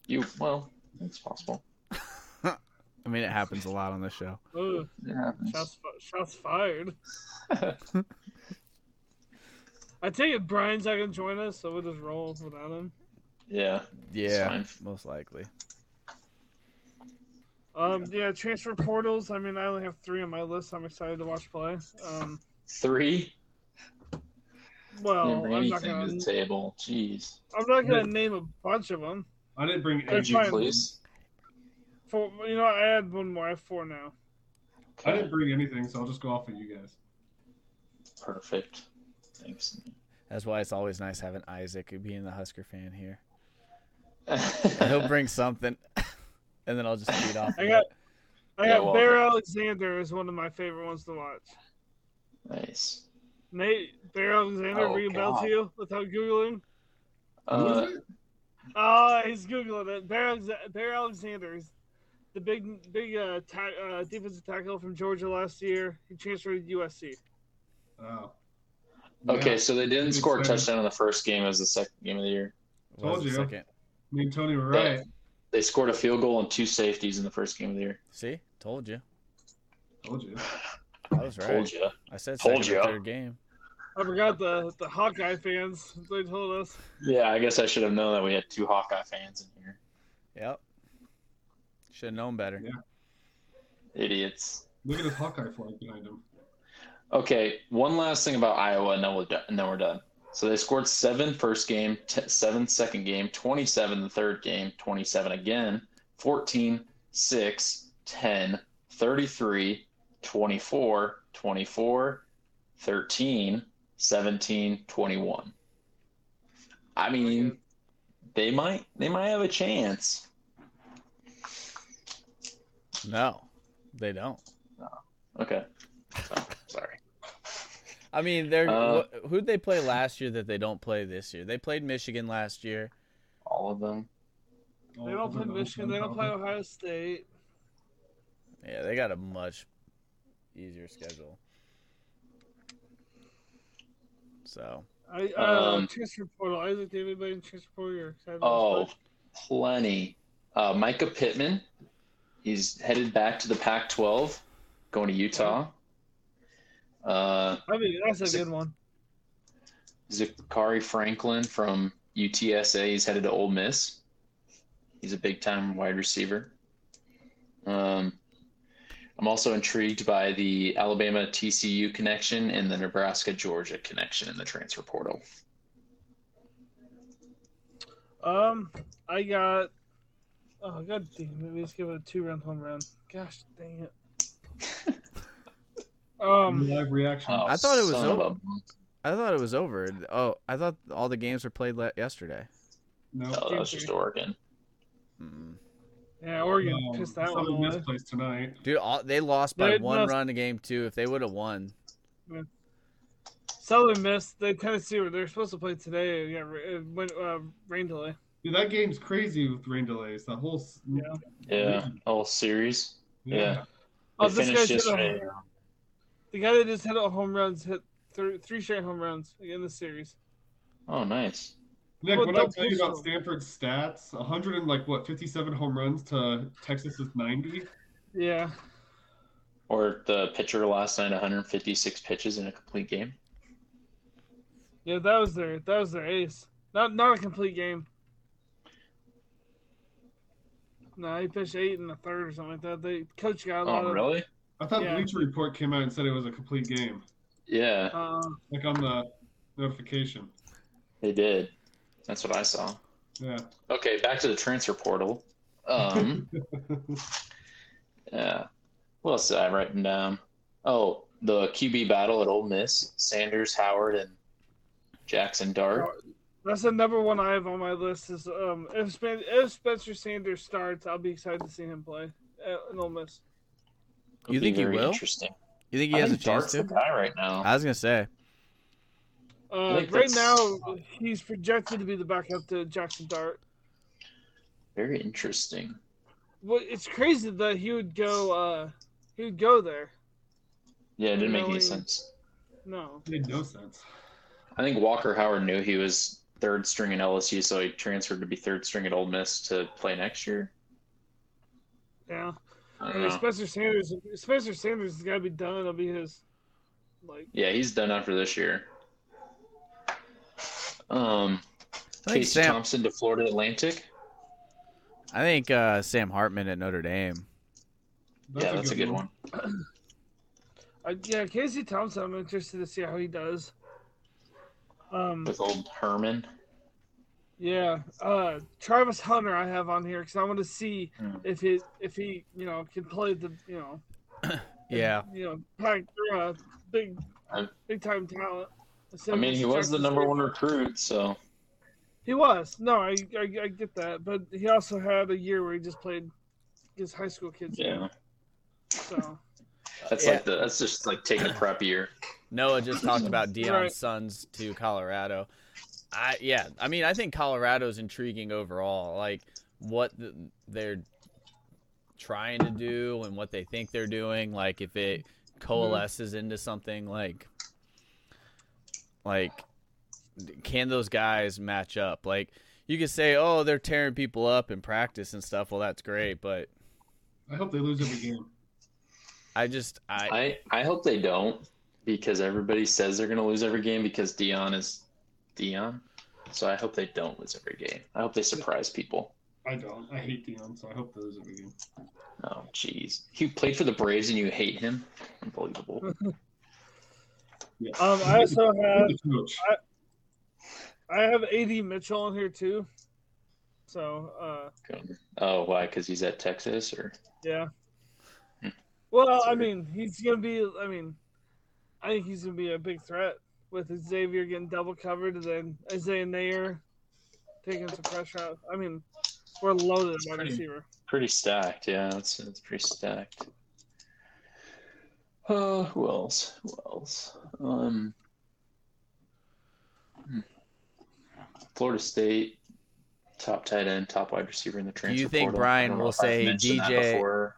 Speaker 3: You well, it's possible.
Speaker 1: I mean, it happens a lot on this show.
Speaker 2: Ooh,
Speaker 3: Yeah.
Speaker 2: shots, fi- shots fired. I take it Brian's not gonna join us, so we'll just roll without him.
Speaker 3: Yeah.
Speaker 1: Yeah,
Speaker 3: fine.
Speaker 1: most likely.
Speaker 2: Um, yeah, transfer portals. I mean, I only have three on my list. I'm excited to watch play. Um,
Speaker 3: Three.
Speaker 2: well,
Speaker 3: Didn't bring
Speaker 2: Oh, I'm not
Speaker 3: anything
Speaker 2: gonna.
Speaker 3: to the table. Jeez.
Speaker 2: I'm not gonna name a bunch of them.
Speaker 4: I didn't bring
Speaker 2: They're
Speaker 3: Could
Speaker 4: any.
Speaker 3: you
Speaker 2: fine.
Speaker 3: please?
Speaker 2: For you know, I had one more. I have four now.
Speaker 4: I didn't bring anything, so I'll just go off of you guys.
Speaker 3: Perfect. Thanks.
Speaker 1: That's why it's always nice having Isaac being the Husker fan here. He'll
Speaker 3: I
Speaker 1: bring something, [laughs] and then I'll just feed off.
Speaker 2: I
Speaker 1: of
Speaker 2: got-
Speaker 1: it.
Speaker 2: I
Speaker 3: Yeah,
Speaker 2: got
Speaker 3: well-
Speaker 2: Bear Alexander is one of my favorite ones to watch.
Speaker 3: [laughs] nice.
Speaker 2: Nate Bear Alexander,
Speaker 3: Oh,
Speaker 2: ring a bell
Speaker 3: God.
Speaker 2: to you without googling?
Speaker 3: Uh,
Speaker 2: Oh, he's googling it. Bear, Alexa- Bear Alexander is the big, big uh, ta- uh, defensive tackle from Georgia last year. He transferred to USC.
Speaker 4: Oh.
Speaker 3: okay,
Speaker 4: Yeah.
Speaker 3: so they didn't score a touchdown in the first game as the second game of the year.
Speaker 1: What was
Speaker 4: Told
Speaker 1: the
Speaker 4: you.
Speaker 1: Second.
Speaker 4: Me and Tony were right.
Speaker 3: They scored a field goal and two safeties in the first game of the year.
Speaker 1: See, told you.
Speaker 4: Told you.
Speaker 1: I was right.
Speaker 3: Told you.
Speaker 1: I said
Speaker 3: Told
Speaker 1: second
Speaker 3: ya.
Speaker 1: or third game.
Speaker 2: I forgot the the Hawkeye fans. They told us.
Speaker 3: Yeah, I guess I should have known that we had two Hawkeye fans in here.
Speaker 1: Yep. Should have known better.
Speaker 4: Yeah.
Speaker 3: Idiots.
Speaker 4: Look at his Hawkeye flag behind him.
Speaker 3: Okay, one last thing about Iowa, and then we're done. And then we're done. So they scored seven first game, t- seven second game, 27 the third game, 27 again, 14, 6, 10, 33, 24, 24, 13, 17, 21. I mean, they might they might have a chance.
Speaker 1: No, they don't.
Speaker 3: Okay. Oh, sorry.
Speaker 1: I mean, they're
Speaker 3: Uh,
Speaker 1: wh- who'd they play last year that they don't play this year? They played Michigan last year.
Speaker 3: All of them.
Speaker 2: They don't
Speaker 3: Oh,
Speaker 2: play Michigan. They don't play Ohio State.
Speaker 1: Yeah, they got a much easier schedule. So
Speaker 2: I uh,
Speaker 3: Um,
Speaker 2: transfer portal. Isaac, do you have anybody in transfer portal? You're excited
Speaker 3: Oh,
Speaker 2: about?
Speaker 3: plenty. Uh, Micah Pittman. He's headed back to the Pac 12, going to Utah. Uh,
Speaker 2: I mean, that's a
Speaker 3: Zach-
Speaker 2: good one.
Speaker 3: Zachary Franklin from UTSA. He's headed to Ole Miss. He's a big time wide receiver. Um, I'm also intrigued by the Alabama TCU connection and the Nebraska Georgia connection in the transfer portal.
Speaker 2: Um, I got. Oh god damn it! We just give it a two round home round. Gosh dang
Speaker 3: [laughs]
Speaker 2: it. um,
Speaker 4: Live reaction.
Speaker 3: Oh,
Speaker 1: I thought it was
Speaker 3: son of a-
Speaker 1: over. I thought it was over. Oh, I thought all the games were played le- yesterday.
Speaker 4: No.
Speaker 2: uh,
Speaker 3: No, that was just Oregon.
Speaker 1: Mm.
Speaker 2: yeah, Oregon
Speaker 4: No,
Speaker 2: pissed that one
Speaker 4: Southern
Speaker 2: away.
Speaker 4: Miss plays tonight.
Speaker 1: Dude, all, they lost by
Speaker 2: They
Speaker 1: one
Speaker 2: lost-
Speaker 1: run to game two. If they would have won,
Speaker 2: Southern Miss, they Tennessee were they're supposed to play today. and Yeah, it went uh, rain delay.
Speaker 4: Dude, that game's crazy with rain delays. That whole s-
Speaker 2: Yeah.
Speaker 3: Yeah, whole series. Yeah.
Speaker 2: Oh,
Speaker 3: They
Speaker 2: this
Speaker 3: finished
Speaker 2: guy's hit a
Speaker 3: yesterday.
Speaker 2: home run. The guy that just hit a home runs hit th- three straight home runs in the series.
Speaker 3: Oh, nice.
Speaker 4: Nick,
Speaker 2: Well,
Speaker 4: what I
Speaker 2: that's
Speaker 4: tell you about
Speaker 2: also-
Speaker 4: Stanford's stats, 100 and like what, 57 home runs to Texas's 90.
Speaker 2: Yeah,
Speaker 3: Or the pitcher last night, 156 pitches in a complete game.
Speaker 2: yeah, that was their that was their ace. Not not a complete game. No, he pitched eight in the third or something like that. The coach got a lot
Speaker 3: Oh,
Speaker 2: of.
Speaker 3: really?
Speaker 4: I thought
Speaker 2: Yeah.
Speaker 4: Bleacher Report came out and said it was a complete game,
Speaker 3: Yeah,
Speaker 2: Uh,
Speaker 4: like on the notification.
Speaker 3: they did. That's what I saw.
Speaker 4: Yeah.
Speaker 3: Okay, back to the transfer portal. Um, [laughs] yeah. What else did I write down? Oh, the QB battle at Ole Miss: Sanders, Howard, and Jackson Dart.
Speaker 2: that's the number one I have on my list. Is um if Spen- if Spencer Sanders starts, I'll be excited to see him play. Uh, in Ole Miss.
Speaker 3: It'll
Speaker 1: You
Speaker 3: be
Speaker 1: think he
Speaker 3: very
Speaker 1: will?
Speaker 3: Interesting.
Speaker 1: you think
Speaker 3: I
Speaker 1: he has a
Speaker 3: think
Speaker 1: chance
Speaker 3: Dart's the
Speaker 1: to?
Speaker 3: guy right now.
Speaker 1: I was gonna say.
Speaker 2: Uh,
Speaker 3: I think
Speaker 2: right
Speaker 3: that's-
Speaker 2: now, he's projected to be the backup to Jackson Dart.
Speaker 3: Very interesting.
Speaker 2: Well, it's crazy that he would go. Uh, he would go there.
Speaker 3: Yeah, it didn't make any
Speaker 2: Knowing-
Speaker 3: sense.
Speaker 2: No,
Speaker 4: Made no sense.
Speaker 3: I think Walker Howard knew he was third string at LSU, so he transferred to be third string at Ole Miss to play next year.
Speaker 2: yeah.
Speaker 3: I
Speaker 2: I
Speaker 3: don't
Speaker 2: mean,
Speaker 3: know.
Speaker 2: Spencer Sanders. Spencer Sanders has got to be done. It'll be his. Like
Speaker 3: Yeah, he's done after this year. Um,
Speaker 1: I think
Speaker 3: Casey
Speaker 1: Sam.
Speaker 3: Thompson to Florida Atlantic.
Speaker 1: I think uh, Sam Hartman at Notre Dame.
Speaker 3: yeah, that's a good one.
Speaker 2: I, yeah, Casey Thompson. I'm interested to see how he does. Um.
Speaker 3: with old Herman.
Speaker 2: Yeah. Uh. Travis Hunter. I have on here because I want to see
Speaker 3: Hmm.
Speaker 2: if he if he you know can play the you know
Speaker 1: Yeah,
Speaker 2: you know pack, uh, big
Speaker 3: I'm-
Speaker 2: big time talent.
Speaker 3: I mean, he was the
Speaker 2: Jackson
Speaker 3: number
Speaker 2: State.
Speaker 3: one recruit, so
Speaker 2: He was. No, I, I I get that, but he also had a year where he just played his high school kids.
Speaker 3: yeah,
Speaker 2: So
Speaker 3: that's
Speaker 1: Yeah.
Speaker 3: like the that's just like taking a prep year.
Speaker 1: Noah just talked about Dion's
Speaker 2: Right.
Speaker 1: sons to Colorado. I yeah, I mean, I think Colorado's intriguing overall. Like what th they're trying to do and what they think they're doing. Like if it coalesces into something, like like can those guys match up? Like you could say, oh, they're tearing people up in practice and stuff. Well, that's great, but
Speaker 4: I hope they lose every game.
Speaker 1: I just I
Speaker 3: [clears throat] I I hope they don't because everybody says they're gonna lose every game because Dion is Dion. So I hope they don't lose every game. I hope they surprise people.
Speaker 4: I don't. I hate Dion, so I hope they lose every game.
Speaker 3: Oh, jeez, he played for the Braves and you hate him?
Speaker 2: Hmm.
Speaker 3: Unbelievable.
Speaker 4: Yeah.
Speaker 2: um, I
Speaker 4: [laughs]
Speaker 2: also have
Speaker 4: The coach.
Speaker 2: I have Ad Mitchell on here too. So uh,
Speaker 3: Oh, why? Because he's at Texas, or
Speaker 2: yeah. Well,
Speaker 3: That's
Speaker 2: I
Speaker 3: weird.
Speaker 2: mean, he's gonna be. I mean, I think he's gonna be a big threat with Xavier getting double covered, and then Isaiah Nair taking some pressure out. I mean, we're loaded at wide
Speaker 3: Pretty-
Speaker 2: receiver.
Speaker 3: pretty stacked. Yeah, it's it's pretty stacked. Uh, who else? Who else? Um, hmm. Florida State, top tight end, top wide receiver in the transfer.
Speaker 1: you think
Speaker 3: portal.
Speaker 1: Brian
Speaker 3: I don't know
Speaker 1: will
Speaker 3: if I've
Speaker 1: say
Speaker 3: mentioned that
Speaker 1: DJ
Speaker 3: before.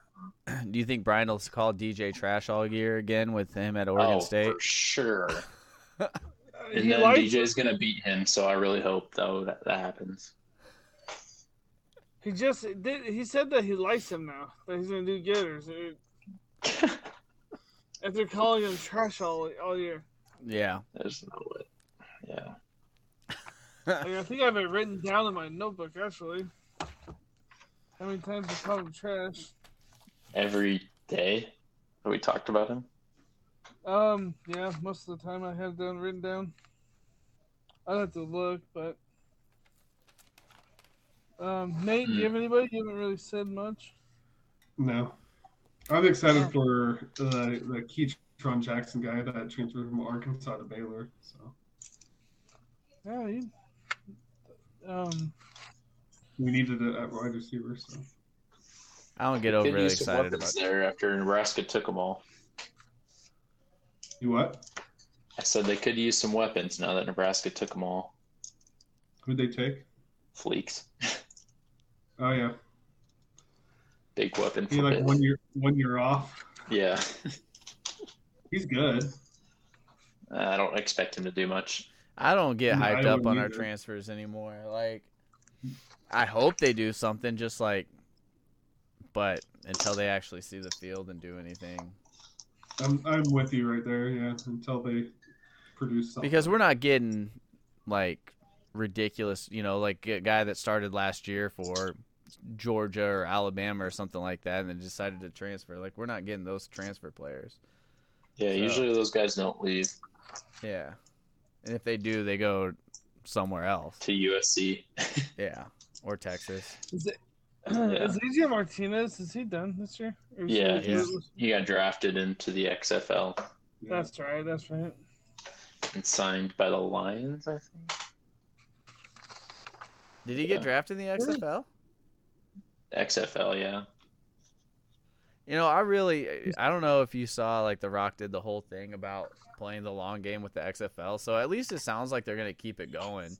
Speaker 1: Do you think Brian will call DJ trash all year again with him at Oregon
Speaker 3: oh,
Speaker 1: State?
Speaker 3: for sure.
Speaker 2: Uh, [laughs]
Speaker 3: And
Speaker 2: he
Speaker 3: then
Speaker 2: likes
Speaker 3: DJ's gonna beat him, so I really hope though that
Speaker 2: [laughs]
Speaker 3: that happens.
Speaker 2: He just did. He said that he likes him now. That he's gonna do good. Or so- after calling him trash all all year,
Speaker 1: Yeah.
Speaker 3: There's no way. Yeah.
Speaker 2: Like, I think I have it written down in my notebook actually. How many times he called him trash?
Speaker 3: Every day, we talked about him.
Speaker 2: Um, yeah, most of the time I have it down written down. I'd have to look, but um, Nate, do you have anybody? You haven't really said much.
Speaker 4: No. I'm excited for uh, the Keytron Jackson guy that transferred from Arkansas to Baylor. So
Speaker 2: Yeah, you, um, [clears throat]
Speaker 4: we needed it at wide receiver. So
Speaker 1: I don't get
Speaker 3: Could
Speaker 1: overly
Speaker 3: use some
Speaker 1: excited about
Speaker 3: weapons there after Nebraska took them all.
Speaker 4: you what?
Speaker 3: I said they could use some weapons now that Nebraska took them all.
Speaker 4: Who'd they take?
Speaker 3: Fleeks,
Speaker 4: Oh yeah,
Speaker 3: big weapon.
Speaker 4: he
Speaker 3: For
Speaker 4: like
Speaker 3: Pitt.
Speaker 4: one year one year off.
Speaker 3: Yeah,
Speaker 4: He's good.
Speaker 3: I don't expect him to do much.
Speaker 1: I don't get
Speaker 4: No, I
Speaker 1: hyped up
Speaker 4: wouldn't
Speaker 1: on our
Speaker 4: either.
Speaker 1: transfers anymore. Like I hope they do something just like but until they actually see the field and do anything.
Speaker 4: I'm I'm with you right there. Yeah, until they produce something.
Speaker 1: Because we're not getting like ridiculous, you know, like a guy that started last year for Georgia or Alabama or something like that and then decided to transfer. Like we're not getting those transfer players.
Speaker 3: Yeah,
Speaker 1: So-
Speaker 3: usually those guys don't leave
Speaker 1: Yeah. And if they do, they go somewhere else.
Speaker 3: to USC.
Speaker 1: Yeah. Or Texas.
Speaker 2: is it?
Speaker 3: Yeah.
Speaker 2: Uh, Is AJ Martinez? Is he done this year? Or is he-
Speaker 3: Yeah,
Speaker 1: Yeah.
Speaker 3: he's- he got drafted into the XFL
Speaker 4: Yeah.
Speaker 2: That's right. That's right.
Speaker 3: and signed by the Lions. I think
Speaker 1: Did he get
Speaker 3: Yeah.
Speaker 1: drafted in the
Speaker 2: Really?
Speaker 1: XFL?
Speaker 3: XFL. Yeah,
Speaker 1: You know, I really I don't know if you saw like The Rock did the whole thing about playing the long game with the XFL. So at least it sounds like they're going to keep it going.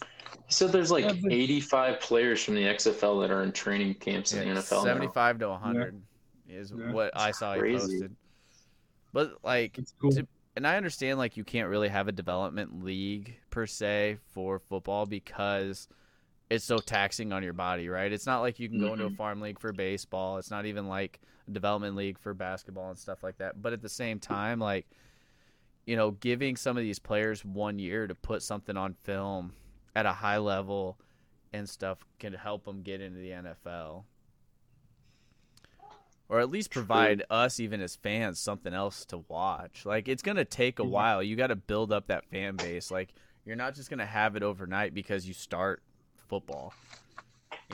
Speaker 3: he said there's like
Speaker 2: Yeah, but-
Speaker 3: 85 players from the XFL that are in training camps in the NFL. now.
Speaker 1: 75 to 100 is
Speaker 4: Yeah.
Speaker 1: what I saw he
Speaker 3: Crazy.
Speaker 1: posted. But like
Speaker 4: It's cool.
Speaker 1: To- and I understand like you can't really have a development league per se for football because it's so taxing on your body, right? It's not like you can go into a farm league for baseball. It's not even like a development league for basketball and stuff like that. But at the same time, like you know, giving some of these players one year to put something on film at a high level and stuff can help them get into the NFL. Or at least provide us, even as fans, something else to watch. Like, it's going to take a
Speaker 4: Mhm.
Speaker 1: while. You got to build up that fan base. Like, you're not just going to have it overnight because you start football.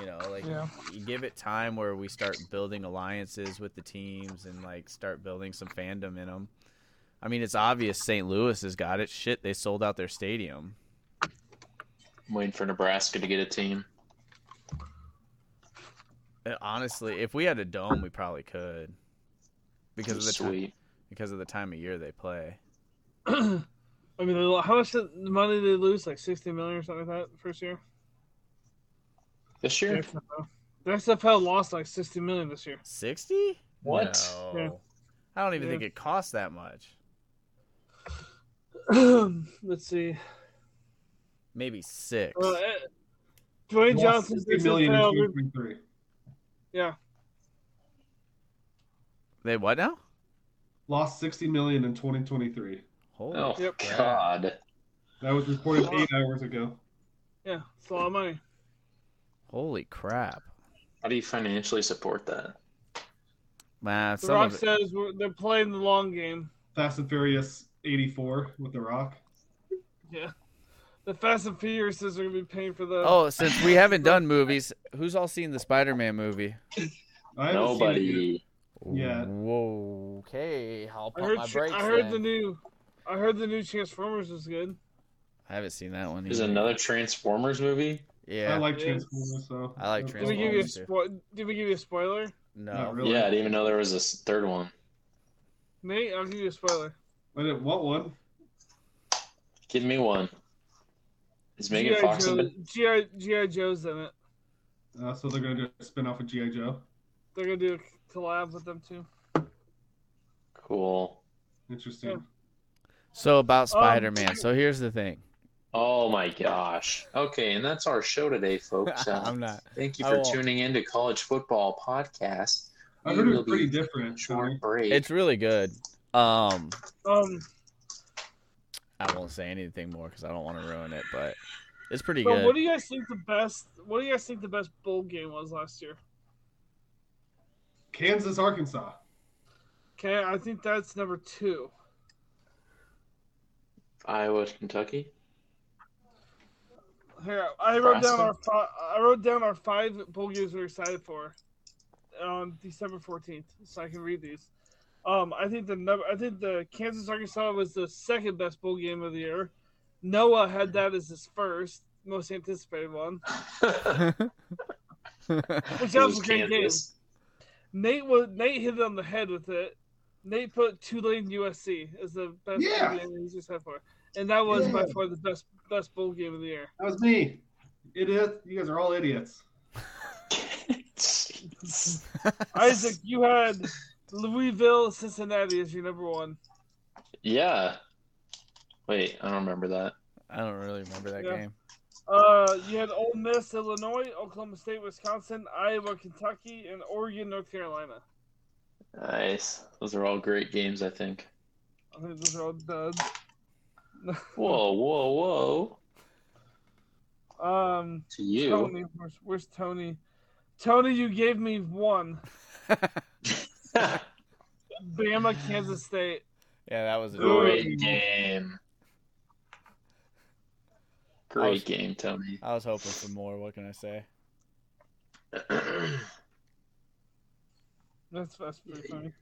Speaker 1: You know, like,
Speaker 2: Yeah. [clears throat]
Speaker 1: you give it time where we start building alliances with the teams and, like, start building some fandom in them. I mean, it's obvious St. Louis has got it. Shit, they sold out their stadium.
Speaker 3: I'm waiting for Nebraska to get a team.
Speaker 1: Uh, Honestly, if we had a dome, we probably could because of the time,
Speaker 3: Sweet.
Speaker 1: because of the time of year they play.
Speaker 2: I mean, they lo- how much did- money did they lose? Like sixty million or something like that first year.
Speaker 3: This
Speaker 2: The
Speaker 3: year?
Speaker 2: XFL. The XFL lost like sixty million this year.
Speaker 1: Sixty?
Speaker 3: What?
Speaker 1: No.
Speaker 2: Yeah.
Speaker 1: I don't even
Speaker 2: Yeah.
Speaker 1: think it costs that much.
Speaker 2: [clears throat] Let's see.
Speaker 1: Maybe six.
Speaker 2: Uh, eh, Dwayne Johnson's
Speaker 4: Sixty million in
Speaker 2: XFL
Speaker 4: 2023.
Speaker 1: they what now?
Speaker 4: Lost 60 million in 2023.
Speaker 1: Holy
Speaker 3: Oh,
Speaker 2: Yep.
Speaker 3: God.
Speaker 4: That was reported eight hours ago.
Speaker 2: Yeah, it's a lot of money.
Speaker 1: holy crap!
Speaker 3: How do you financially support that?
Speaker 1: Man,
Speaker 2: The
Speaker 1: some
Speaker 2: Rock
Speaker 1: of it,
Speaker 2: says we're, they're playing the long game.
Speaker 4: Fast and Furious 84 with The Rock.
Speaker 2: Yeah, the Fast and Furious says they're gonna be paying for the.
Speaker 1: oh, since we
Speaker 2: [laughs]
Speaker 1: haven't done movies, who's all seen the Spider-Man movie?
Speaker 4: I haven't seen it yet.
Speaker 3: Nobody.
Speaker 4: Yeah.
Speaker 1: Whoa. Okay, I'll
Speaker 2: I
Speaker 1: pump
Speaker 2: heard.
Speaker 1: my
Speaker 2: Ch-
Speaker 1: brakes.
Speaker 2: I heard
Speaker 1: then.
Speaker 2: the new. I heard the new Transformers was good.
Speaker 1: I haven't seen that one.
Speaker 3: There's
Speaker 1: either.
Speaker 3: another Transformers movie.
Speaker 1: Yeah.
Speaker 4: I like
Speaker 2: Yes.
Speaker 4: Transformers, so
Speaker 1: I like
Speaker 2: Did we give you a
Speaker 1: Transformers, too.
Speaker 2: spo- Did we give you a spoiler?
Speaker 1: no.
Speaker 4: Not really.
Speaker 3: Yeah, I didn't even know there was a s- third one.
Speaker 2: Nate, I'll give you a spoiler.
Speaker 4: I didn't want one.
Speaker 3: Give me one. Is Megan
Speaker 2: G.I.
Speaker 3: Fox in
Speaker 2: Joe,
Speaker 3: it?
Speaker 2: G.I. G.I. Joe's in it.
Speaker 4: Uh, so they're gonna do a spin off of GI Joe.
Speaker 2: They're gonna do a collab with them too.
Speaker 3: Cool.
Speaker 4: Interesting.
Speaker 2: Yeah.
Speaker 1: So
Speaker 2: Um,
Speaker 1: about Spider Man. so here's the thing.
Speaker 3: Oh my gosh. Okay, and that's our show today,
Speaker 1: [laughs]
Speaker 3: folks. Uh,
Speaker 1: I'm not.
Speaker 3: thank you
Speaker 1: I
Speaker 3: for
Speaker 1: won't.
Speaker 3: tuning in to College Football Podcast.
Speaker 4: I heard it
Speaker 3: We'll
Speaker 4: was
Speaker 3: be
Speaker 4: pretty different.
Speaker 3: Short
Speaker 4: Tony.
Speaker 3: break.
Speaker 1: It's really good. Um,
Speaker 2: Um,
Speaker 1: I won't say anything more because I don't want to ruin it, but it's pretty
Speaker 2: but what
Speaker 1: good.
Speaker 2: do you guys think the best? What do you guys think the best bowl game was last year?
Speaker 4: Kansas, Arkansas.
Speaker 2: Okay, I think that's number two.
Speaker 3: Iowa, Kentucky. [laughs]
Speaker 2: Here, I wrote down
Speaker 3: Nebraska?
Speaker 2: our fi- I wrote down our five bowl games we're excited for on December fourteenth, so I can read these. Um, I think the number I think the Kansas Arkansas was the second best bowl game of the year. Noah had that as his first most anticipated
Speaker 3: [laughs]
Speaker 2: one.
Speaker 1: [laughs]
Speaker 2: Which
Speaker 3: It
Speaker 2: that
Speaker 3: was
Speaker 2: was a great game.
Speaker 3: Kansas.
Speaker 2: Nate was Nate hit it on the head with it. Nate put Tulane USC as the best
Speaker 4: Yeah.
Speaker 2: bowl game he's just had for, and that was by
Speaker 4: Yeah.
Speaker 2: far the best best bowl game of the year.
Speaker 4: That was me. Idiot. You guys are all idiots.
Speaker 1: [laughs]
Speaker 3: Jeez.
Speaker 2: Isaac, you had Louisville, Cincinnati as your number one.
Speaker 3: Yeah. Wait, I don't remember that.
Speaker 1: I don't really remember that
Speaker 2: Yeah.
Speaker 1: game.
Speaker 2: Uh, you had Ole Miss, Illinois, Oklahoma State, Wisconsin, Iowa, Kentucky, and Oregon, North Carolina.
Speaker 3: Nice. Those are all great games, I think.
Speaker 2: I think those are all duds.
Speaker 3: Whoa, whoa, whoa.
Speaker 2: Um,
Speaker 3: To you.
Speaker 2: Tony, where's, where's Tony? Tony, you gave me one.
Speaker 1: Oh.
Speaker 3: [laughs] great
Speaker 2: Bama, Kansas State.
Speaker 1: Yeah, that was
Speaker 4: Ooh.
Speaker 1: a
Speaker 3: game.
Speaker 1: I
Speaker 3: Great
Speaker 1: was-
Speaker 3: game, Tony. [clears throat]
Speaker 1: I was hoping for more. What can I say? [laughs]
Speaker 2: That's that's pretty funny.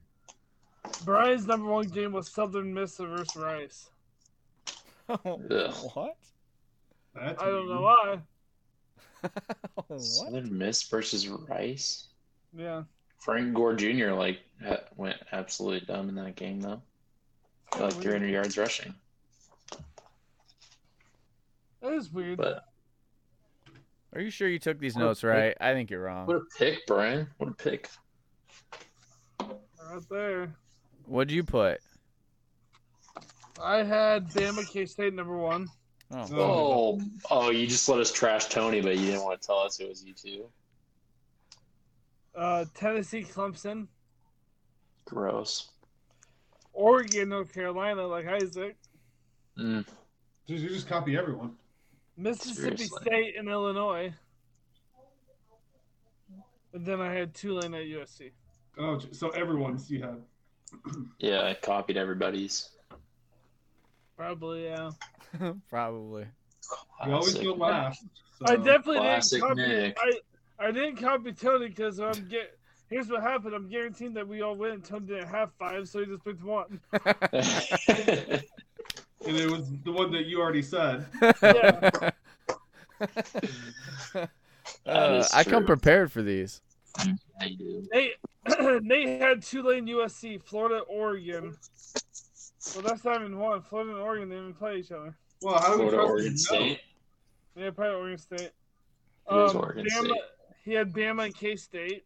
Speaker 2: Brian's number one game was Southern Miss versus Rice.
Speaker 3: Ugh.
Speaker 1: what? [laughs]
Speaker 4: That's
Speaker 2: I don't
Speaker 4: mean.
Speaker 2: know why.
Speaker 1: what?
Speaker 3: Southern Miss versus Rice.
Speaker 2: Yeah.
Speaker 3: Frank Gore Jr. like ha- went absolutely dumb in that game though. Like 300 yards rushing,
Speaker 2: That is weird.
Speaker 3: but
Speaker 1: Are you sure you took these
Speaker 3: What-
Speaker 1: notes right? I think you're wrong.
Speaker 3: what a pick, Brian! What a pick.
Speaker 2: Right there.
Speaker 1: What'd you put?
Speaker 2: I had Bama K State number one.
Speaker 1: Oh,
Speaker 4: No.
Speaker 3: Oh, oh, you just let us trash Tony, but you didn't want to tell us it was you two.
Speaker 2: Uh, Tennessee Clemson.
Speaker 3: Gross.
Speaker 2: Oregon, North Carolina, like Isaac.
Speaker 3: Mm.
Speaker 4: Dude, you just copy everyone.
Speaker 2: Mississippi
Speaker 3: Seriously.
Speaker 2: State and Illinois. And then I had Tulane at USC.
Speaker 4: Oh, j- so everyone's you have.
Speaker 3: Yeah, I copied everybody's.
Speaker 2: Probably, yeah. Uh,
Speaker 1: [laughs] probably.
Speaker 4: You always
Speaker 3: Classic.
Speaker 4: go last. So.
Speaker 2: I definitely
Speaker 3: Classic
Speaker 2: didn't copy.
Speaker 3: Nick.
Speaker 2: I, I didn't copy Tony because I'm get. Here's what happened. I'm guaranteed that we all win. Tony didn't have five, so he just picked one.
Speaker 4: And it was the one that you already said.
Speaker 1: [laughs]
Speaker 2: Yeah.
Speaker 1: Uh,
Speaker 3: is
Speaker 1: I come
Speaker 3: true.
Speaker 1: prepared for these.
Speaker 3: [laughs] I do.
Speaker 2: Nate, [clears throat] Nate had Tulane, USC, Florida, Oregon. Well, that's not even one. Florida and Oregon didn't even play each other.
Speaker 4: Well, how do we
Speaker 3: Florida,
Speaker 4: trust
Speaker 3: Oregon
Speaker 4: you?
Speaker 3: State.
Speaker 2: Yeah, probably Oregon State. Um,
Speaker 3: It is Oregon
Speaker 2: Bama,
Speaker 3: State.
Speaker 2: He had Bama and K State,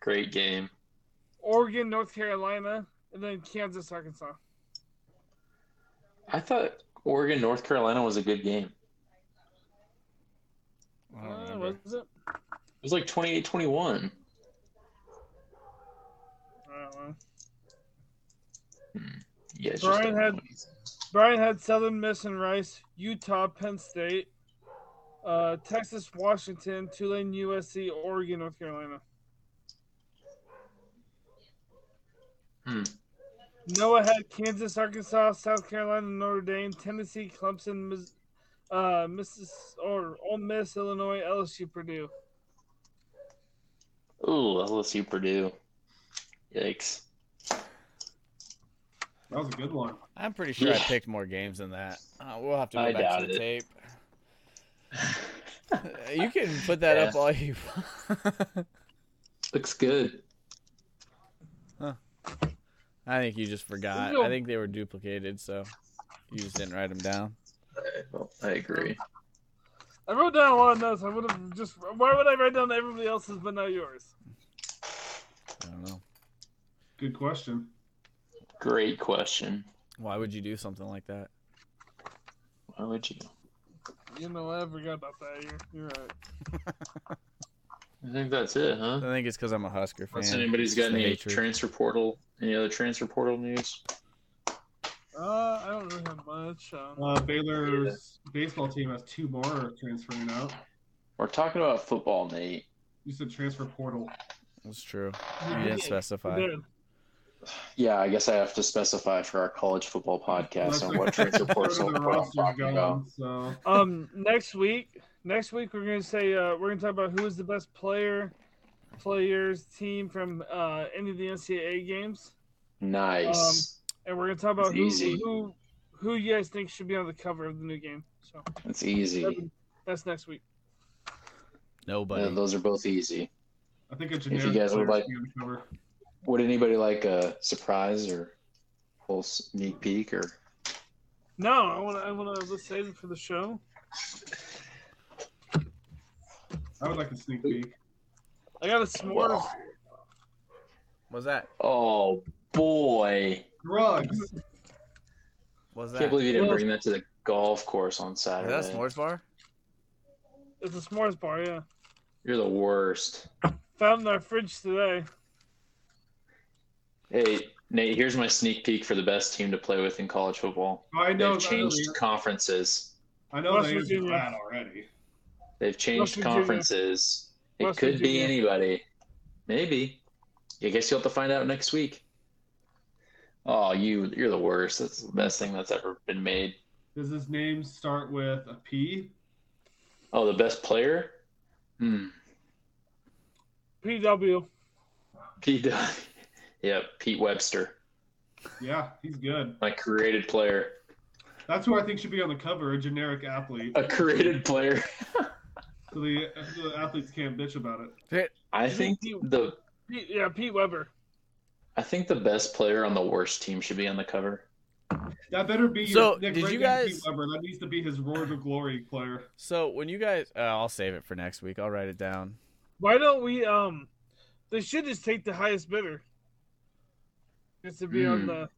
Speaker 3: Great game.
Speaker 2: Oregon, North Carolina, and then Kansas, Arkansas.
Speaker 3: I thought Oregon, North Carolina was a good game.
Speaker 1: I don't
Speaker 2: Uh,
Speaker 1: remember.
Speaker 2: was it?
Speaker 3: It was like 28 21.
Speaker 2: I don't know.
Speaker 3: Yeah,
Speaker 2: Brian had- Brian had Southern Miss and Rice, Utah, Penn State, uh, Texas, Washington, Tulane, USC, Oregon, North Carolina.
Speaker 3: Hmm.
Speaker 2: Noah had Kansas, Arkansas, South Carolina, Notre Dame, Tennessee, Clemson, Miss, uh, Mrs. or Ole Miss, Illinois, LSU, Purdue.
Speaker 3: Ooh, LSU Purdue.
Speaker 4: [laughs]
Speaker 3: Yikes.
Speaker 4: That was a good one.
Speaker 1: I'm pretty sure I
Speaker 3: Yeah.
Speaker 1: picked more games than that. Uh, we'll have to go
Speaker 3: I
Speaker 1: back to
Speaker 3: doubt
Speaker 1: the
Speaker 3: it.
Speaker 1: tape. Uh, You can put that up
Speaker 3: Yeah.
Speaker 1: all you.
Speaker 3: Looks good.
Speaker 1: I think you just forgot. I think they were duplicated, so you just didn't write them down.
Speaker 3: I agree.
Speaker 2: I wrote down a lot of notes. I would have just. Why would I write down everybody else's but not yours?
Speaker 1: I don't know.
Speaker 4: Good question.
Speaker 3: Great question.
Speaker 1: Why would you do something like that?
Speaker 3: Why would you?
Speaker 2: You know, I forgot about that. You're, you're right.
Speaker 3: I think that's
Speaker 1: I
Speaker 3: it, huh?
Speaker 1: think it's because I'm a Husker fan.
Speaker 3: Unless anybody's
Speaker 1: It's
Speaker 3: got
Speaker 1: the
Speaker 3: any
Speaker 1: hatred.
Speaker 3: transfer portal, any other transfer portal news?
Speaker 2: Uh, I don't really have much. Um,
Speaker 4: Uh, Baylor's baseball team has two more transferring out.
Speaker 3: We're talking about football, Nate.
Speaker 4: You said transfer portal.
Speaker 1: That's true. You didn't specify.
Speaker 2: dude,
Speaker 3: Yeah, I guess I have to specify for our college football podcast on what
Speaker 4: [laughs]
Speaker 3: transfer portal
Speaker 4: Third of
Speaker 3: what
Speaker 4: the
Speaker 3: I'm
Speaker 4: roster's
Speaker 3: talking about.
Speaker 4: gone, so
Speaker 2: um, next week, next week we're gonna say uh, we're gonna talk about who is the best player, players, team from uh, any of the NCAA games,
Speaker 3: Nice.
Speaker 4: Um,
Speaker 2: and we're gonna talk about
Speaker 3: It's
Speaker 2: who,
Speaker 3: easy.
Speaker 2: who who you guys think should be on the cover of the new game. So
Speaker 3: That's easy.
Speaker 2: that'd be- that's next week.
Speaker 3: Yeah,
Speaker 1: Nobody.
Speaker 3: those are both easy.
Speaker 4: I think a
Speaker 3: you
Speaker 4: generic
Speaker 3: guys would
Speaker 4: player's
Speaker 3: like-
Speaker 4: gonna cover.
Speaker 3: Would anybody like a surprise or full sneak peek or?
Speaker 2: No, I want to. I want to. Let's save it for the show.
Speaker 4: I would like a sneak peek.
Speaker 2: I got a s'mores.
Speaker 1: Was that?
Speaker 3: Oh boy!
Speaker 4: Drugs.
Speaker 1: Was
Speaker 3: I
Speaker 1: that?
Speaker 3: can't believe you didn't
Speaker 2: Well-
Speaker 3: bring that to the golf course on
Speaker 1: Is
Speaker 3: Saturday.
Speaker 1: that a s'mores bar?
Speaker 2: It's a s'mores bar. Yeah,
Speaker 3: You're the worst.
Speaker 2: found in our fridge today.
Speaker 3: Hey Nate, here's my sneak peek for the best team to play with in college football.
Speaker 4: I know.
Speaker 3: They've changed conferences.
Speaker 4: I know
Speaker 2: West
Speaker 4: they used
Speaker 2: Virginia.
Speaker 4: that already.
Speaker 3: They've
Speaker 2: West
Speaker 3: changed
Speaker 2: Virginia.
Speaker 3: conferences. It
Speaker 2: West
Speaker 3: could be
Speaker 2: Virginia.
Speaker 3: anybody. Maybe. I guess you'll have to find out next week. Oh, you you're the worst. That's the best thing that's ever been made.
Speaker 4: Does his name start with a P?
Speaker 3: Oh, the best player? Hmm.
Speaker 2: PW.
Speaker 3: Pete [laughs] Yep, Pete Webster.
Speaker 4: Yeah, he's good.
Speaker 3: My created player.
Speaker 4: That's who I think should be on the cover. A generic athlete.
Speaker 3: A created player.
Speaker 4: So the, the athletes can't bitch about it.
Speaker 3: I think the
Speaker 2: Pete, yeah, Pete Weber.
Speaker 3: I think the best player on the worst team should be on the cover.
Speaker 4: That better be
Speaker 1: So,
Speaker 4: your Nick
Speaker 1: did you
Speaker 4: Reagan Pete
Speaker 1: guys-
Speaker 4: Weber. That needs to be his roar to glory player.
Speaker 1: So when you guys, uh, I'll save it for next week. I'll write it down.
Speaker 2: Why don't we? Um, they should just take the highest bidder. Just to be on
Speaker 3: Hmm.
Speaker 2: the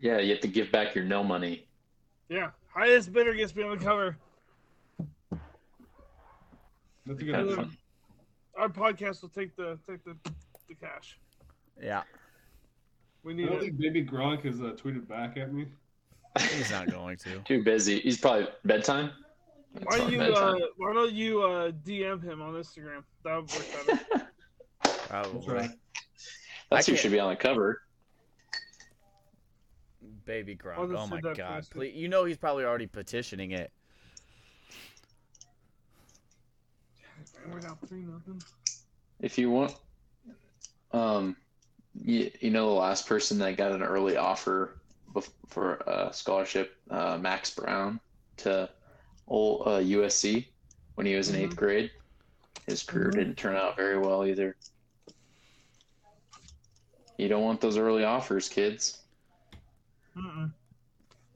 Speaker 3: Yeah, you have to give back your no money.
Speaker 2: yeah highest bidder gets to be on the cover.
Speaker 4: That's a
Speaker 3: Kind
Speaker 4: good
Speaker 3: of
Speaker 4: one.
Speaker 3: fun.
Speaker 2: Our podcast will take the take the the cash.
Speaker 1: Yeah,
Speaker 2: We
Speaker 4: I
Speaker 2: need
Speaker 4: don't
Speaker 2: it.
Speaker 4: think Baby Gronk has uh, tweeted back at me.
Speaker 1: he's not going to.
Speaker 3: [laughs] Too busy. He's probably bedtime. It's
Speaker 2: Why
Speaker 3: probably
Speaker 2: you? Uh, why don't you uh, DM him on Instagram? That would work better.
Speaker 4: That's
Speaker 1: Probably.
Speaker 4: right.
Speaker 3: That's
Speaker 1: I
Speaker 3: who
Speaker 1: can't-
Speaker 3: should be on the cover.
Speaker 1: Baby
Speaker 2: I'll
Speaker 1: Gronk.
Speaker 2: just
Speaker 1: Oh
Speaker 2: send
Speaker 1: my
Speaker 2: that
Speaker 1: god!
Speaker 2: first.
Speaker 1: Please, you know he's probably already petitioning it.
Speaker 2: We're down three nothing.
Speaker 3: If you want, um, you, you know the last person that got an early offer bef- for a scholarship, uh, Max Brown to old, uh, USC when he was in
Speaker 1: Mm-hmm.
Speaker 3: eighth grade. His career
Speaker 2: Mhm.
Speaker 3: didn't turn out very well either. You don't want those early offers, kids.
Speaker 2: Mm-mm.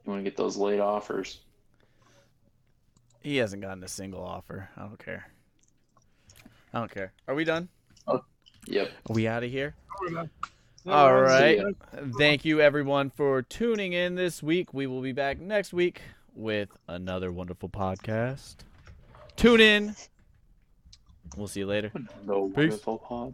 Speaker 3: You want to get those late offers.
Speaker 1: He hasn't gotten a single offer. I don't care. I don't care. Are we done?
Speaker 3: Yep.
Speaker 1: Are we out of here?
Speaker 2: We're done.
Speaker 1: All
Speaker 2: Never mind.
Speaker 1: right.
Speaker 3: ya.
Speaker 1: Thank you, everyone, for tuning in this week. We will be back next week with another wonderful podcast. Tune in. We'll see you later.
Speaker 3: No
Speaker 1: Peace.
Speaker 3: wonderful pod.